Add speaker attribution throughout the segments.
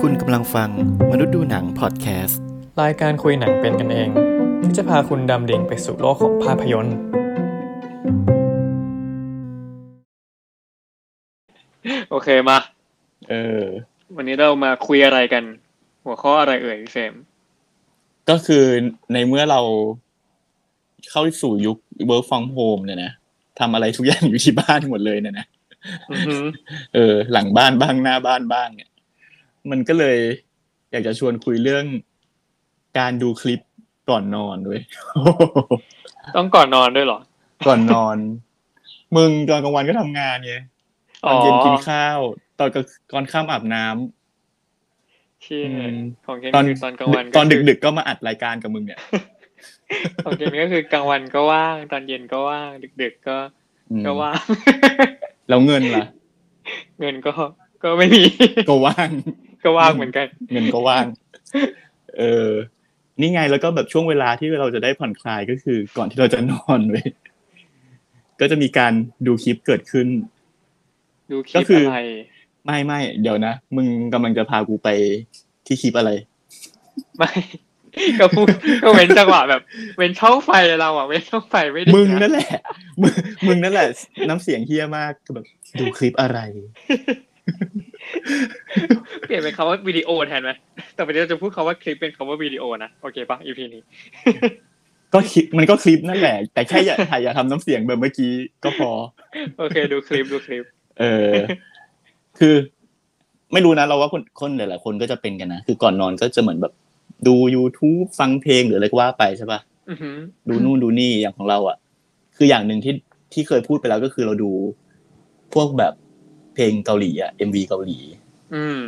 Speaker 1: คุณกำลังฟังมนุษย์ดูหนังพอดแคสต์
Speaker 2: รายการคุยหนังเป็นกันเอง ที่จะพาคุณดำดิ่งไปสู่โลกของภาพยนตร์
Speaker 3: โอเคมา
Speaker 4: เออ
Speaker 3: วันนี้เรามาคุยอะไรกัน หัวข้ออะไรเอ่ยพี่เฟรม
Speaker 4: ก็คือในเมื่อเราเข้าสู่ยุค work from home เนี่ยนะทำอะไรทุกอย่างอยู่ที่บ้านหมดเลยเนี่ยนะ
Speaker 3: อือหือ
Speaker 4: เออ หลังบ้านบ้างหน้าบ้านบ้าง เนี่ย มันก็เลย อยากจะชวนคุยเรื่องการดูคลิปก่อนนอนด้วย
Speaker 3: ต้องก่อนนอนด้วยเหรอ
Speaker 4: ก่อนนอน มึงตอนกลางวันก็ทำงานไงตอนเย็นกินข้าว ตอนกลางก่อนข้ามอาบน้ำ
Speaker 3: เชี่ย
Speaker 4: อืม
Speaker 3: ของเกม
Speaker 4: ตอน
Speaker 3: คือตอนกลางวัน
Speaker 4: ตอน
Speaker 3: คื
Speaker 4: ดึกๆก็มาอัดรายการกับมึงเนี่ย
Speaker 3: ของเกมก็คือกลางวันก็ว่าง ตอนเย็นก็ว่าง ดึก ๆ ก็
Speaker 4: อืม
Speaker 3: ก็ว่าง
Speaker 4: แล้วเงินล่ะ
Speaker 3: เงินก็ก็ไม่มี
Speaker 4: ก็ว่าง
Speaker 3: ก็ว่างเหมือนกัน
Speaker 4: เงินก็ว่าง เออ นี่ไงแล้วก็แบบช่วงเวลาที่เราจะได้ผ่อนคลายก็คือ ก่อนที่เราจะนอนเว้ย ก็จะมีการดูคลิปเกิดขึ้น
Speaker 3: ดูคลิ
Speaker 4: ก็
Speaker 3: ป
Speaker 4: คืออ
Speaker 3: อะไร
Speaker 4: ไม่ไม่เดี๋ยวนะ มึงกำลังจะพากูไปที่คลิปอะไร
Speaker 3: ไม่ ก็พูดก็เว้นจังหวะแบบ เว้นช่องไฟเราอ่ะ เว้นช่องไฟไม่ได้
Speaker 4: มึง
Speaker 3: นะ
Speaker 4: นั่นแหละ มึงมึงนั่นแหละ น้ำเสียงเฮี้ยมากแบบ ดูคลิปอะไร
Speaker 3: เปลี่ยนเป็นคำว่าวิดีโอแทนไหมแต่ประเดี๋ยวจะพูดคำว่าคลิปเป็นคำว่าวิดีโอนะ โอเคปะ EP นี้
Speaker 4: ก็คลิปมันก็คลิปนั่นแหละ แต่แค่อย่าถ่ายอย่าทำน้ำเสียงแบบเมื่อกี้ก็พอ
Speaker 3: โอเค ดูคลิปดูคลิป
Speaker 4: เออ คือไม่รู้นะเราว่าคนคนหลายๆคนก็จะเป็นกันนะ คือก่อนนอนก็จะเหมือนแบบ ดู YouTube ฟังเพลงหรืออะไรก็ว่าไปใช่ปะ
Speaker 3: อือหือ
Speaker 4: ดูนู่นดูนี่อย่างของเราอะ่ะ คืออย่างหนึ่งที่ที่เคยพูดไปแล้วก็คือเราดู พวกแบบเพลงเกาหลีอะ่ะ MV เกาหลี
Speaker 3: อืม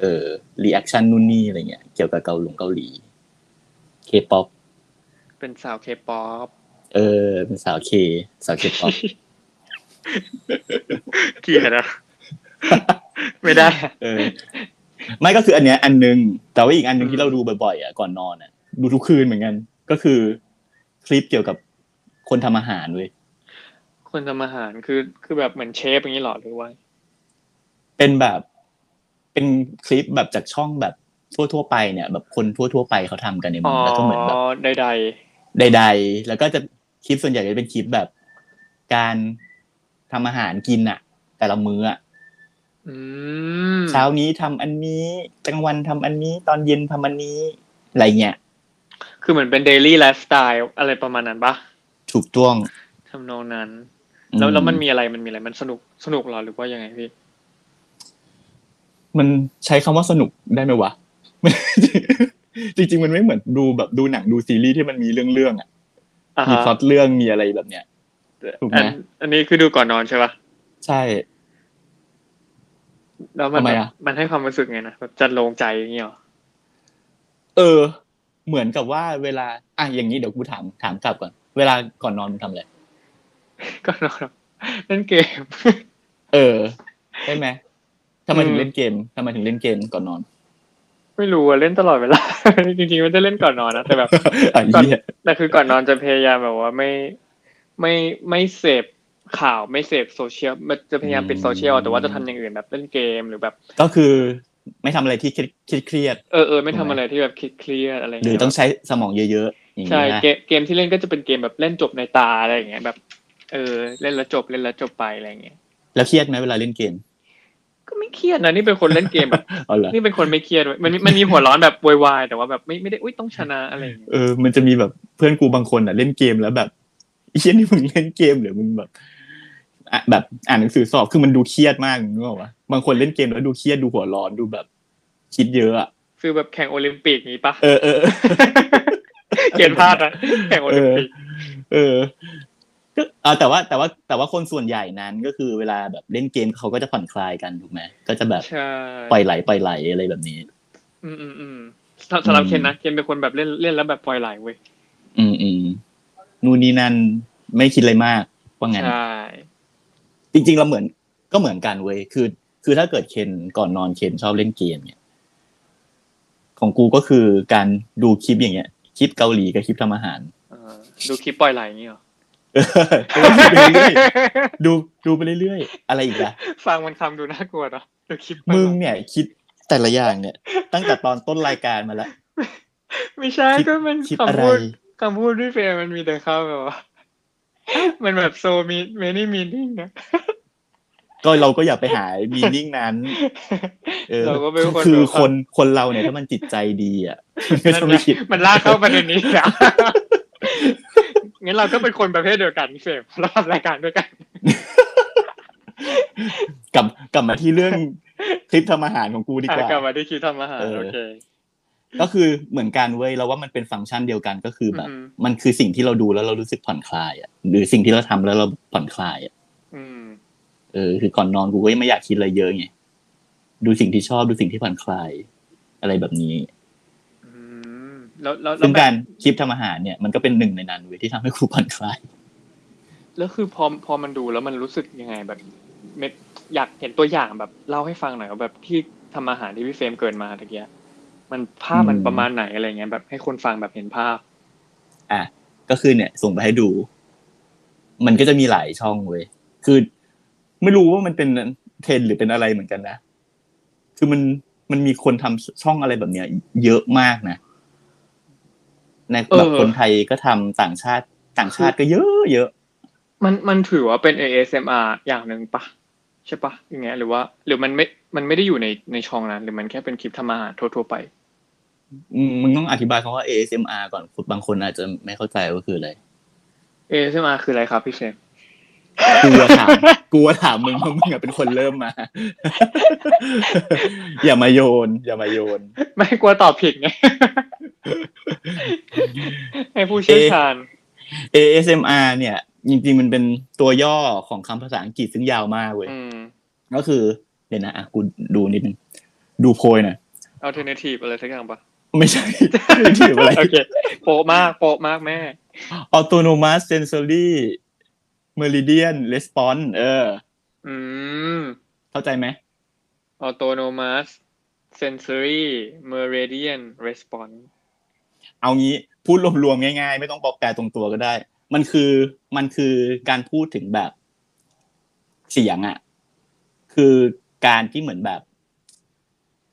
Speaker 4: เออรีแอคชั่นนู่นนี่อะไรเงี้ยเกี่ยวกับเกาหลงเกาหลีเคป๊อป
Speaker 3: เป็นสาวเคป๊อป
Speaker 4: เออ เป็นสาวเคสาวเคป๊อป
Speaker 3: เกลียดอะ ไม่ได้อะ
Speaker 4: เออ ไม่ก็คืออันเนี้ยอันหนึง แต่ว่าอีกอันหนึงที่เราดูบ่อยๆอ่ะก่อนนอนอ่ะ ดูทุกคืนเหมือนกัน ก็คือคลิปเกี่ยวกับคนทำอาหารเว้ย
Speaker 3: คนทำอาหารคือคือแบบเหมือนเชฟอย่างนี้หรอหรือว่า
Speaker 4: เป็นแบบ เป็นคลิปแบบจากช่องแบบทั่วๆไปเนี่ย แบบคนทั่วๆไปเขาทำกันใน
Speaker 3: อ๋
Speaker 4: เมื
Speaker 3: อ
Speaker 4: องแล้วก็เหมือนแบบ
Speaker 3: ใด
Speaker 4: ใด ๆ แล้วก็จะคลิปส่วนใหญ่จะเป็นคลิปแบบการทำอาหารกินอ่ะ แต่ละมื้ออ่ะ
Speaker 3: ๆอืม
Speaker 4: เช้านี้ทำอันนี้กลางวันทำอันนี้ ตอนเย็นทำอันนี้อะไรเงี้ย
Speaker 3: คือเหมือนเป็นเดลี่ไลฟ์สไตล์อะไรประมาณนั้นปะ
Speaker 4: ถูกต้อง
Speaker 3: ทำนองนั้น แล้วแล้วมันมีอะไรมันมีอะไรมันสนุกสนุกเหรอหรือว่ายังไงพี่
Speaker 4: มันใช้คำว่าสนุกได้ไหมวะ จริงๆ มันไม่เหมือนดูแบบดูหนังดูซีรีส์ที่มันมีเรื่องเรื่องๆอ่ะ
Speaker 3: อ่า
Speaker 4: มี
Speaker 3: ฮะ
Speaker 4: พล็อตเรื่องมีอะไรแบบเนี้ย ถูกไหม
Speaker 3: อันอันนี้คือดูก่อนนอนใช่ปะ
Speaker 4: ใช่
Speaker 3: แล้วมัน
Speaker 4: ทำไมอะ
Speaker 3: มันให้ความรู้สึกไงนะแบบจันโลงใจอย่างนี้หรอ
Speaker 4: เออ เหมือนกับว่าเวลาอ่ะอย่างนี้เดี๋ยวกูถามถามกลับก่อนเวลาก่อนนอนมึงทำอะไร
Speaker 3: ก่อนนอนเหรอเล่นเกม
Speaker 4: เออใช่ไหมทำไมถึ
Speaker 3: อื
Speaker 4: ง
Speaker 3: ม
Speaker 4: เล่นเกมทำไมถึงเล่นเกมก่อนนอน
Speaker 3: ไม่รู้อะเล่นตลอดเวลา จริงๆไม่ได้เล่นก่อนนอนนะแต่แบบ
Speaker 4: ไอ้เหี้ย
Speaker 3: แต่คือก่อนนอนจะพยายามแบบว่าไม่ไม่ไม่เสพข่าวไม่เสพโซเชียลมันจะพยายามปิดโซเชียลแต่ว่าจะทำอย่างอื่นแบบเล่นเกมหรือแบบ
Speaker 4: ก็คือไม่ทำอะไรที่เครียดเครียด
Speaker 3: เออเออไม่ทำอะไรที่แบบเครียดๆอะไร
Speaker 4: หรือ
Speaker 3: เงี้ย
Speaker 4: ต้องใช้สมองเยอะๆอย่าง
Speaker 3: ใช่
Speaker 4: นี้นะ
Speaker 3: เกมเกมที่เล่นก็จะเป็นเกมแบบเล่นจบในตาอะไรอย่างเงี้ยแบบ เออ เล่นแล้วจบเล่นแล้วจบไปอะไรอย่างเงี้ย
Speaker 4: แล้วเครียดไหมเวลาเล่นเกม
Speaker 3: ก็ไม่เครียดนะนี่เป็นคนเล่นเกมแบบ
Speaker 4: อ๋อเหรอ
Speaker 3: นี่เป็นคนไม่เครียดเว้ยมันมันมีหัวร้อนแบบโวยวายแต่ว่าแบบไม่ไม่ได้อุ้ยต้องชนะอะไรอย่างเงี้ย
Speaker 4: เออ มันจะมีแบบเพื่อนกูบางคนอ่ะ เล่นเกมแล้วแบบไอ้เชี่ยนี่มึงเล่นเกมหรือมึงแบบอ่ะแบบอ่านหนังสือสอบคือมันดูเครียดมากนึกออกปะบางคนเล่นเกมแล้วดูเครียดดูหัวร้อนดูแบบ คิดเยอะอ่ะ
Speaker 3: ฟีลแบบแข่งโอลิมปิกนี้ปะ
Speaker 4: เออเออเออ
Speaker 3: เขียนพลาดนะแข่งโอลิม ปิก
Speaker 4: เออก็เออแต่ว่าแต่ว่าแต่ว่าคนส่วนใหญ่นั้นก็คือเวลาแบบเล่นเกมเขาก็จะผ่อนคลายกันถูกไหมก็จะแบบ
Speaker 3: ใช่
Speaker 4: ปล่อยไหลปล่อยไหลอะไรแบบนี้
Speaker 3: อืมอืมอืมสำสำหรับ
Speaker 4: อืม
Speaker 3: เคนนะเคนเป็นคนแบบเล่นเล่นแล้วแบบปล่อยไหลเว้ย
Speaker 4: อืมอืมนู่นนี่นั่นไม่คิดอะไรมากว่างั้น
Speaker 3: ใช่
Speaker 4: จริงๆเราเหมือนก็เหมือนกันเว้ยคือ คือถ้าเกิดเคนก่อนนอนเคนชอบเล่นเกมเนี่ย ของกูก็คือการดูคลิปอย่างเงี้ย คลิปเกาหลีกับคลิปทำอาหาร
Speaker 3: เออดูคลิปปล่อยไหลอย่างนี้เหรอ
Speaker 4: เออดูไปเรื่อยๆดูดูไปเรื่อยๆ อะไรอีกอะ
Speaker 3: ฟังมันคำดูน่ากลัวเนอะดูคลิปน
Speaker 4: มึงเนี่ยคิดแต่ละอย่างเนี่ย ตั้งแต่ตอนต้นรายการมาแล้ว
Speaker 3: ไม่ใช่
Speaker 4: คิด
Speaker 3: ก็มัน
Speaker 4: คิดอะไร
Speaker 3: คำพูดคำพูดพี่เฟรมมันมีแต่คำแบบว่า มันแบบโซมีเมนี่มีนิ่งนะ
Speaker 4: ก็เราก็อย่าไปหามีนิ่งนั้น เออ
Speaker 3: เราก็เป็นคน
Speaker 4: คือ
Speaker 3: แบบว่า
Speaker 4: คนคนเราเนี่ยถ้ามันจิตใจดีอ่ะ มัน ก็จะ ไม่คิด
Speaker 3: มันลากเข้าประเด็นนี้นะ งั้นเราก็เป็นคนประเภทเดียวกันพี่เฟรม เราทำรายการด้วยกัน
Speaker 4: กลับกลับมาที่เรื่องคลิปทำอาหารของกูดีกว่า
Speaker 3: อ่ะกลับมาที่คิดทำอาหาร
Speaker 4: เออ
Speaker 3: โอเค
Speaker 4: ก็คือเหมือนกันเว้ยเราว่ามันเป็นฟังก์ชันเดียวกันก็คือแบบ
Speaker 3: อือฮึ
Speaker 4: มันคือสิ่งที่เราดูแล้วเรารู้สึกผ่อนคลายอ่ะหรือสิ่งที่เราทำแล้วเราผ่อนคลายอ่ะ
Speaker 3: อืม
Speaker 4: เออคือก่อนนอนกูก็ไม่อยากคิดอะไรเยอะไงดูสิ่งที่ชอบดูสิ่งที่ผ่อนคลาย อะไรแบบนี้
Speaker 3: อืมแล้วแล้วแล้
Speaker 4: ซึ่
Speaker 3: ว
Speaker 4: ง
Speaker 3: แบบ
Speaker 4: การคลิปทำอาหารเนี่ยมันก็เป็นหนึ่งในนั้นเว้ยที่ทำให้ครูผ่อนคลาย
Speaker 3: แล้วคือพอพอมันดูแล้วมันรู้สึกยังไงแบบเม็ดอยากเห็นตัวอย่างแบบเล่าให้ฟังหน่อยว่าแบบที่ทำอาหารที่พี่เฟรมเกินมาตะเกียมันภาพมัน
Speaker 4: อืม
Speaker 3: ประมาณไหนอะไรเงี้ยแบบให้คนฟังแบบเห็นภาพ
Speaker 4: อ่ะก็คือเนี่ย ส่งไปให้ดู มันก็จะมีหลายช่องเว้ยคือ ไม่รู้ว่ามันเป็นเทรนด์หรือเป็นอะไรเหมือนกันนะคือมันมันมีคนทำช่องอะไรแบบเนี้ย เยอะมากนะใน
Speaker 3: เออ
Speaker 4: แบบคนไทยก็ทำต่างชาติต่างชาติก็เยอะเยอะ
Speaker 3: มันมันถือว่าเป็น ASMR อย่างหนึ่งปะใช่ปะอย่างเงี้ยหรือว่า หรือมันไม่มันไม่ได้อยู่ในในช่องนั้นหรือมันแค่เป็นคลิปทำอาหารทั่วๆไป
Speaker 4: อืมมึงต้องอธิบายคำว่า ASMR ก่อนบางคนอาจจะไม่เข้าใจว่าคืออะไร
Speaker 3: ASMR คืออะไรครับพี่เฟรม
Speaker 4: กลัวถาม กลัวถามมึงเพราะมึงอะเป็นคนเริ่มมา อย่ามาโยน อย่ามาโยน
Speaker 3: ไม่กลัวตอบผิดไง ให้ผู้เชี่ยวชาญ
Speaker 4: ASMR เนี่ย จริงๆมันเป็นตัวย่อของคำภาษาอังกฤษซึ่งยาวมากเว้ย
Speaker 3: อืม
Speaker 4: ก็คือเดี๋ยวนะอ่ะกูดูนิดนึงดูโพยหน่อย
Speaker 3: alternative อะไรสักอย่างปะ
Speaker 4: ไม่ใช่ ถืออะไร
Speaker 3: โอเค โปะมากโปะมากแม่
Speaker 4: autonomous sensory meridian response เออ
Speaker 3: อืม
Speaker 4: เข้าใจไหม
Speaker 3: autonomous sensory meridian response
Speaker 4: เอางี้พูดรวมๆง่ายๆ ไม่ต้องบอกแปลตรงตัวก็ได้ มันคือมันคือการพูดถึงแบบเสียงอะ่ะ คือการที่เหมือนแบบ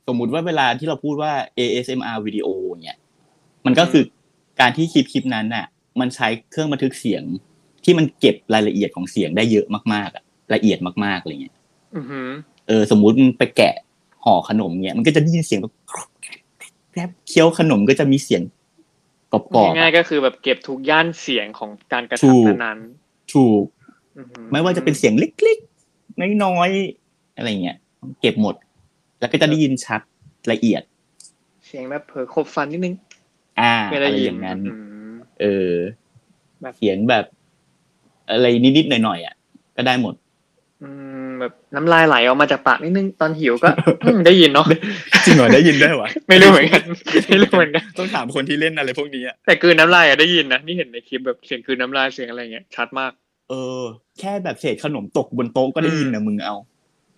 Speaker 4: สมมุติว่าเวลาที่เราพูดว่า ASMR วิดีโอเนี่ยมันก็คือการที่คลิปคลิปนั้นน่ะ มันใช้เครื่องบันทึกเสียง ที่มันเก็บรายละเอียดของเสียงได้เยอะมากๆอะละเอียดมากๆอะไรเงี้ย
Speaker 3: อือหือ
Speaker 4: เออสมมุติมึงไปแกะห่อขนมเนี่ยมันก็จะได้ยินเสียงแบบแกรบเคี้ยวขนมก็จะมีเสียงกรอบๆอะ
Speaker 3: ง่ายๆก็คือแบบเก็บทุกย่านเสียงของการกระ
Speaker 4: ถู
Speaker 3: ทำ
Speaker 4: ก
Speaker 3: นั้น
Speaker 4: ถูก
Speaker 3: ๆอือหือ
Speaker 4: ไม่ว่าจะเป็นเสียงเล็กๆน้อยๆอะไรเงี้ยเก็บหมด แล้วก็จะได้ยินชัดละเอียด
Speaker 3: เสียงแบบเผลอคบฟันนิดนึง
Speaker 4: อ่า
Speaker 3: ไม่
Speaker 4: อะ
Speaker 3: ได้
Speaker 4: ไร
Speaker 3: ยิ
Speaker 4: อน ย่างนั้น
Speaker 3: อืม
Speaker 4: เออ
Speaker 3: แบบ
Speaker 4: เสียงแบบ อะไรนิดๆหน่อยๆอ่ะก็ได้หมด
Speaker 3: อืมแบบน้ำลายไหลออกมาจากปากนิดนึงตอนหิวก็ อืมได้ยิน เนาะ
Speaker 4: จริงเหรอได้ยินได้วะ
Speaker 3: ไม่รู้เหมือนกัน ไม่รู้เหมือนกัน
Speaker 4: ต้องถามคนที่เล่นอะไรพวกนี้
Speaker 3: แต่กลืนน้ำลายอะได้ยินนะนี่เห็นในคลิปแบบเสียงกลืนน้ำลายเสียงอะไรเงี้ยชัดมาก
Speaker 4: เออ แค่แบบเศษขนมตกบนโต๊ะก็ได้ยินนะมึงเอา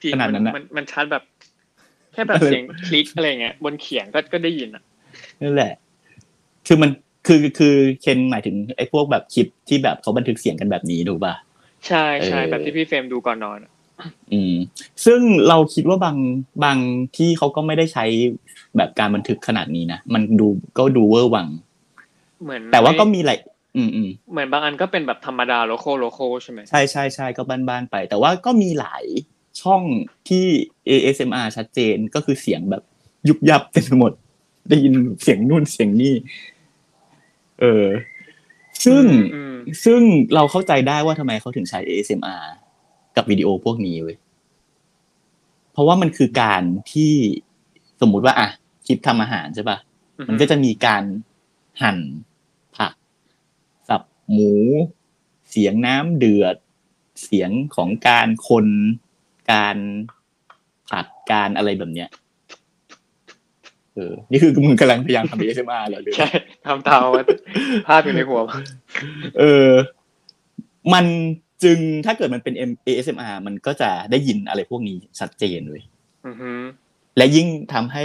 Speaker 3: จริง
Speaker 4: ขนาด
Speaker 3: มั
Speaker 4: นั้นอะ
Speaker 3: มันมันชัดแบบ แค่แบบ
Speaker 4: เออ
Speaker 3: เสียงคลิกอะไรเงี้ยบนเขียงก็ก็ได้ยินอ่ะ
Speaker 4: นั่นแหละ คือมันคือคือเคนหมายถึงไอ้พวกแบบคลิปที่แบบเขาบันทึกเสียงกันแบบนี้ดูป่ะ
Speaker 3: ใช่ใช่
Speaker 4: เออ
Speaker 3: แบบที่พี่เฟรมดูก่อนนอนอะ
Speaker 4: อืมซึ่งเราคิดว่าบางบางที่เขาก็ไม่ได้ใช้แบบการบันทึกขนาดนี้นะ มันดูก็ดูเวอร์วัง
Speaker 3: เหมือน
Speaker 4: แต่ว่าก็มีหลายอืมอืม
Speaker 3: เหมือนบางอันก็เป็นแบบธรรมดาโลโก้โลโก้ใช่ไหม
Speaker 4: ใช่ใช่ใช่ก็บ้านๆไป แต่ว่าก็มีหลายช่องที่ ASMR ชัดเจนก็คือเสียงแบบยุบยับเต็มไปหมด ได้ยินเสียงนู่นเสียงนี่ เออ ซึ่ง
Speaker 3: อืม
Speaker 4: ซึ่งเราเข้าใจได้ว่าทำไมเขาถึงใช้ ASMR กับวิดีโอพวกนี้เว้ย เพราะว่ามันคือการที่สมมุติว่า อ่ะคลิปทำอาหารใช่ปะ่ะ
Speaker 3: อื
Speaker 4: มันก็จะมีการหั่นผัก สับหมู เสียงน้ำเดือด เสียงของการคน การผัดการอะไรแบบเนี้ย เออ นี่คือมึงกำลังพยายามทำ ASMR เหรอหรือ
Speaker 3: ใช่ ทำตามมาภาพอยู่ในหัว
Speaker 4: เออ มันจึงถ้าเกิดมันเป็น M- ASMR มันก็จะได้ยินอะไรพวกนี้ชัดเจนเลย
Speaker 3: อือหือ
Speaker 4: และยิ่งทำให้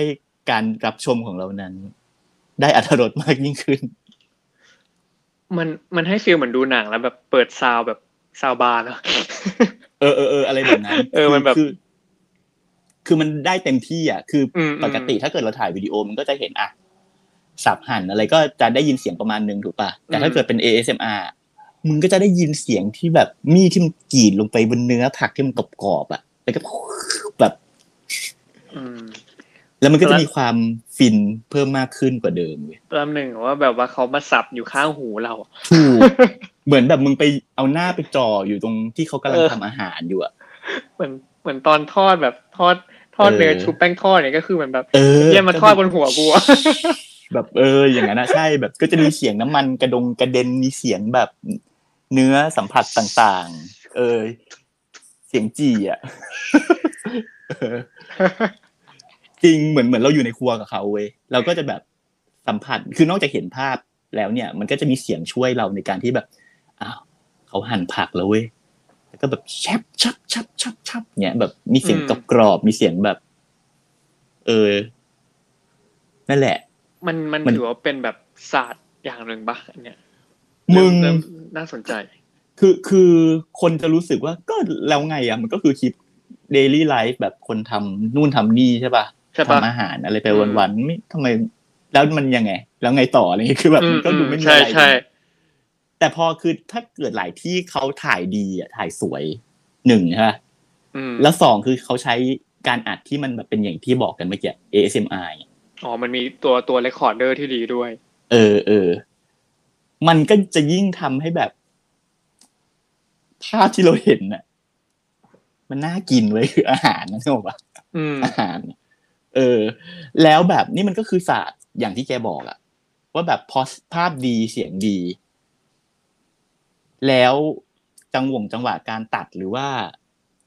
Speaker 4: การรับชมของเรานั้น ได้อัธรสมากยิ่งขึ้น
Speaker 3: มันมันให้ฟีลเหมือนดูหนังแล้วแบบเปิดซาวด์แบบซาวด์บา ร์แล้ว
Speaker 4: เออเออเอออะไรแบบนั้น
Speaker 3: เออมันแบบ
Speaker 4: คือคือมันได้เต็มที่อ่ะ คืออ
Speaker 3: มอืม
Speaker 4: ปกติถ้าเกิดเราถ่ายวิดีโอมันก็จะเห็นอ่ะสับหันอะไรก็จะได้ยินเสียงประมาณหนึงถูกป่ะ แต่ถ้าเกิดเป็น ASMR มึงก็จะได้ยินเสียงที่แบบมีดที่มันกรีดลงไปบนเนื้อผักที่มันกรอบๆอ่ะแล้วก็แบบ
Speaker 3: อืม
Speaker 4: แล้วมันก็
Speaker 3: แล้
Speaker 4: จะ
Speaker 3: ว
Speaker 4: มีความฟินเพิ่มมากขึ้นกว่าเดิมเว้ย
Speaker 3: ลำหนึ่งว่าแบบว่าเขามาสับอยู่ข้างหูเรา
Speaker 4: ถูก เหมือนแบบมึงไปเอาหน้าไปจ่ออยู่ตรงที่เขากำลัง
Speaker 3: เออ
Speaker 4: ทำอาหารอยู่อ่ะ
Speaker 3: เหมือนเหมือนตอนทอดแบบทอดทอด
Speaker 4: เออ
Speaker 3: เนื้อชุบแป้งทอดเนี่ยก็คือเหมือนแบบ
Speaker 4: เออ
Speaker 3: เยี่ยมาทอดบนหัวกูอะ
Speaker 4: แบบ เอออย่างนั้นนะใช่แบบก็จะมีเสียงน้ำมันกระดงกระเด็นมีเสียงแบบเนื้อสัมผัสต่างๆ เออ เสียงจี่อ่ะ เออจริงเหมือนเหมือนเราอยู่ในครัวกับเขาเว้ยเราก็จะแบบสัมผัสคือนอกจากเห็นภาพแล้วเนี่ย มันก็จะมีเสียงช่วยเราในการที่แบบอ้าวเขาหั่นผักแล้วเว้ยแล้วก็แบบแชบชับชับชับชับเนี่ยแบบมีเสียง
Speaker 3: อืม
Speaker 4: กรอบๆมีเสียงแบบ เออ นั่นแหละ
Speaker 3: มันมัน
Speaker 4: มัน
Speaker 3: ถือว่าเป็นแบบศาสตร์อย่างหนึ่งปะอันเนี่ย
Speaker 4: มึง
Speaker 3: เริ่เริ่มน่าสนใจ
Speaker 4: คือคือคนจะรู้สึกว่าก็แล้วไงอ่ะ มันก็คือคลิปเดลี่ไลฟ์แบบคนทำนู่นทำนี่ใช่ป่ะ
Speaker 3: ใช่ปะ
Speaker 4: ทำอาหารอะไรไปวันๆไม่ทำไม แล้วมันยังไง แล้วไงต่ออะไรเงี้ยคือแบบ
Speaker 3: อืม
Speaker 4: มันก็ดูไม่มี
Speaker 3: ใช่
Speaker 4: อะไร
Speaker 3: ใช่
Speaker 4: แต่พอคือถ้าเกิดหลายที่เขาถ่ายดีอ่ะถ่ายสวยหนึ่งใช่ป่ะ
Speaker 3: อืม
Speaker 4: แล้วสองคือเขาใช้การอัดที่มันแบบเป็นอย่างที่บอกกันเมื่อกี้ ASMR เนี่ย
Speaker 3: อ๋อมันมีตัวตัวเรคคอร์เดอร์ที่ดีด้วย
Speaker 4: เออเออมันก็จะยิ่งทำให้แบบภาพที่เราเห็นน่ะ มันน่ากินเว้ยคืออาหารนะนึกออกปะ
Speaker 3: อืม
Speaker 4: อาหารเออ แล้วแบบนี่มันก็คือศาสตร์อย่างที่แกบอกอะว่าแบบพอภาพดีเสียงดี แล้วจังหวงจังหวะการตัดหรือว่า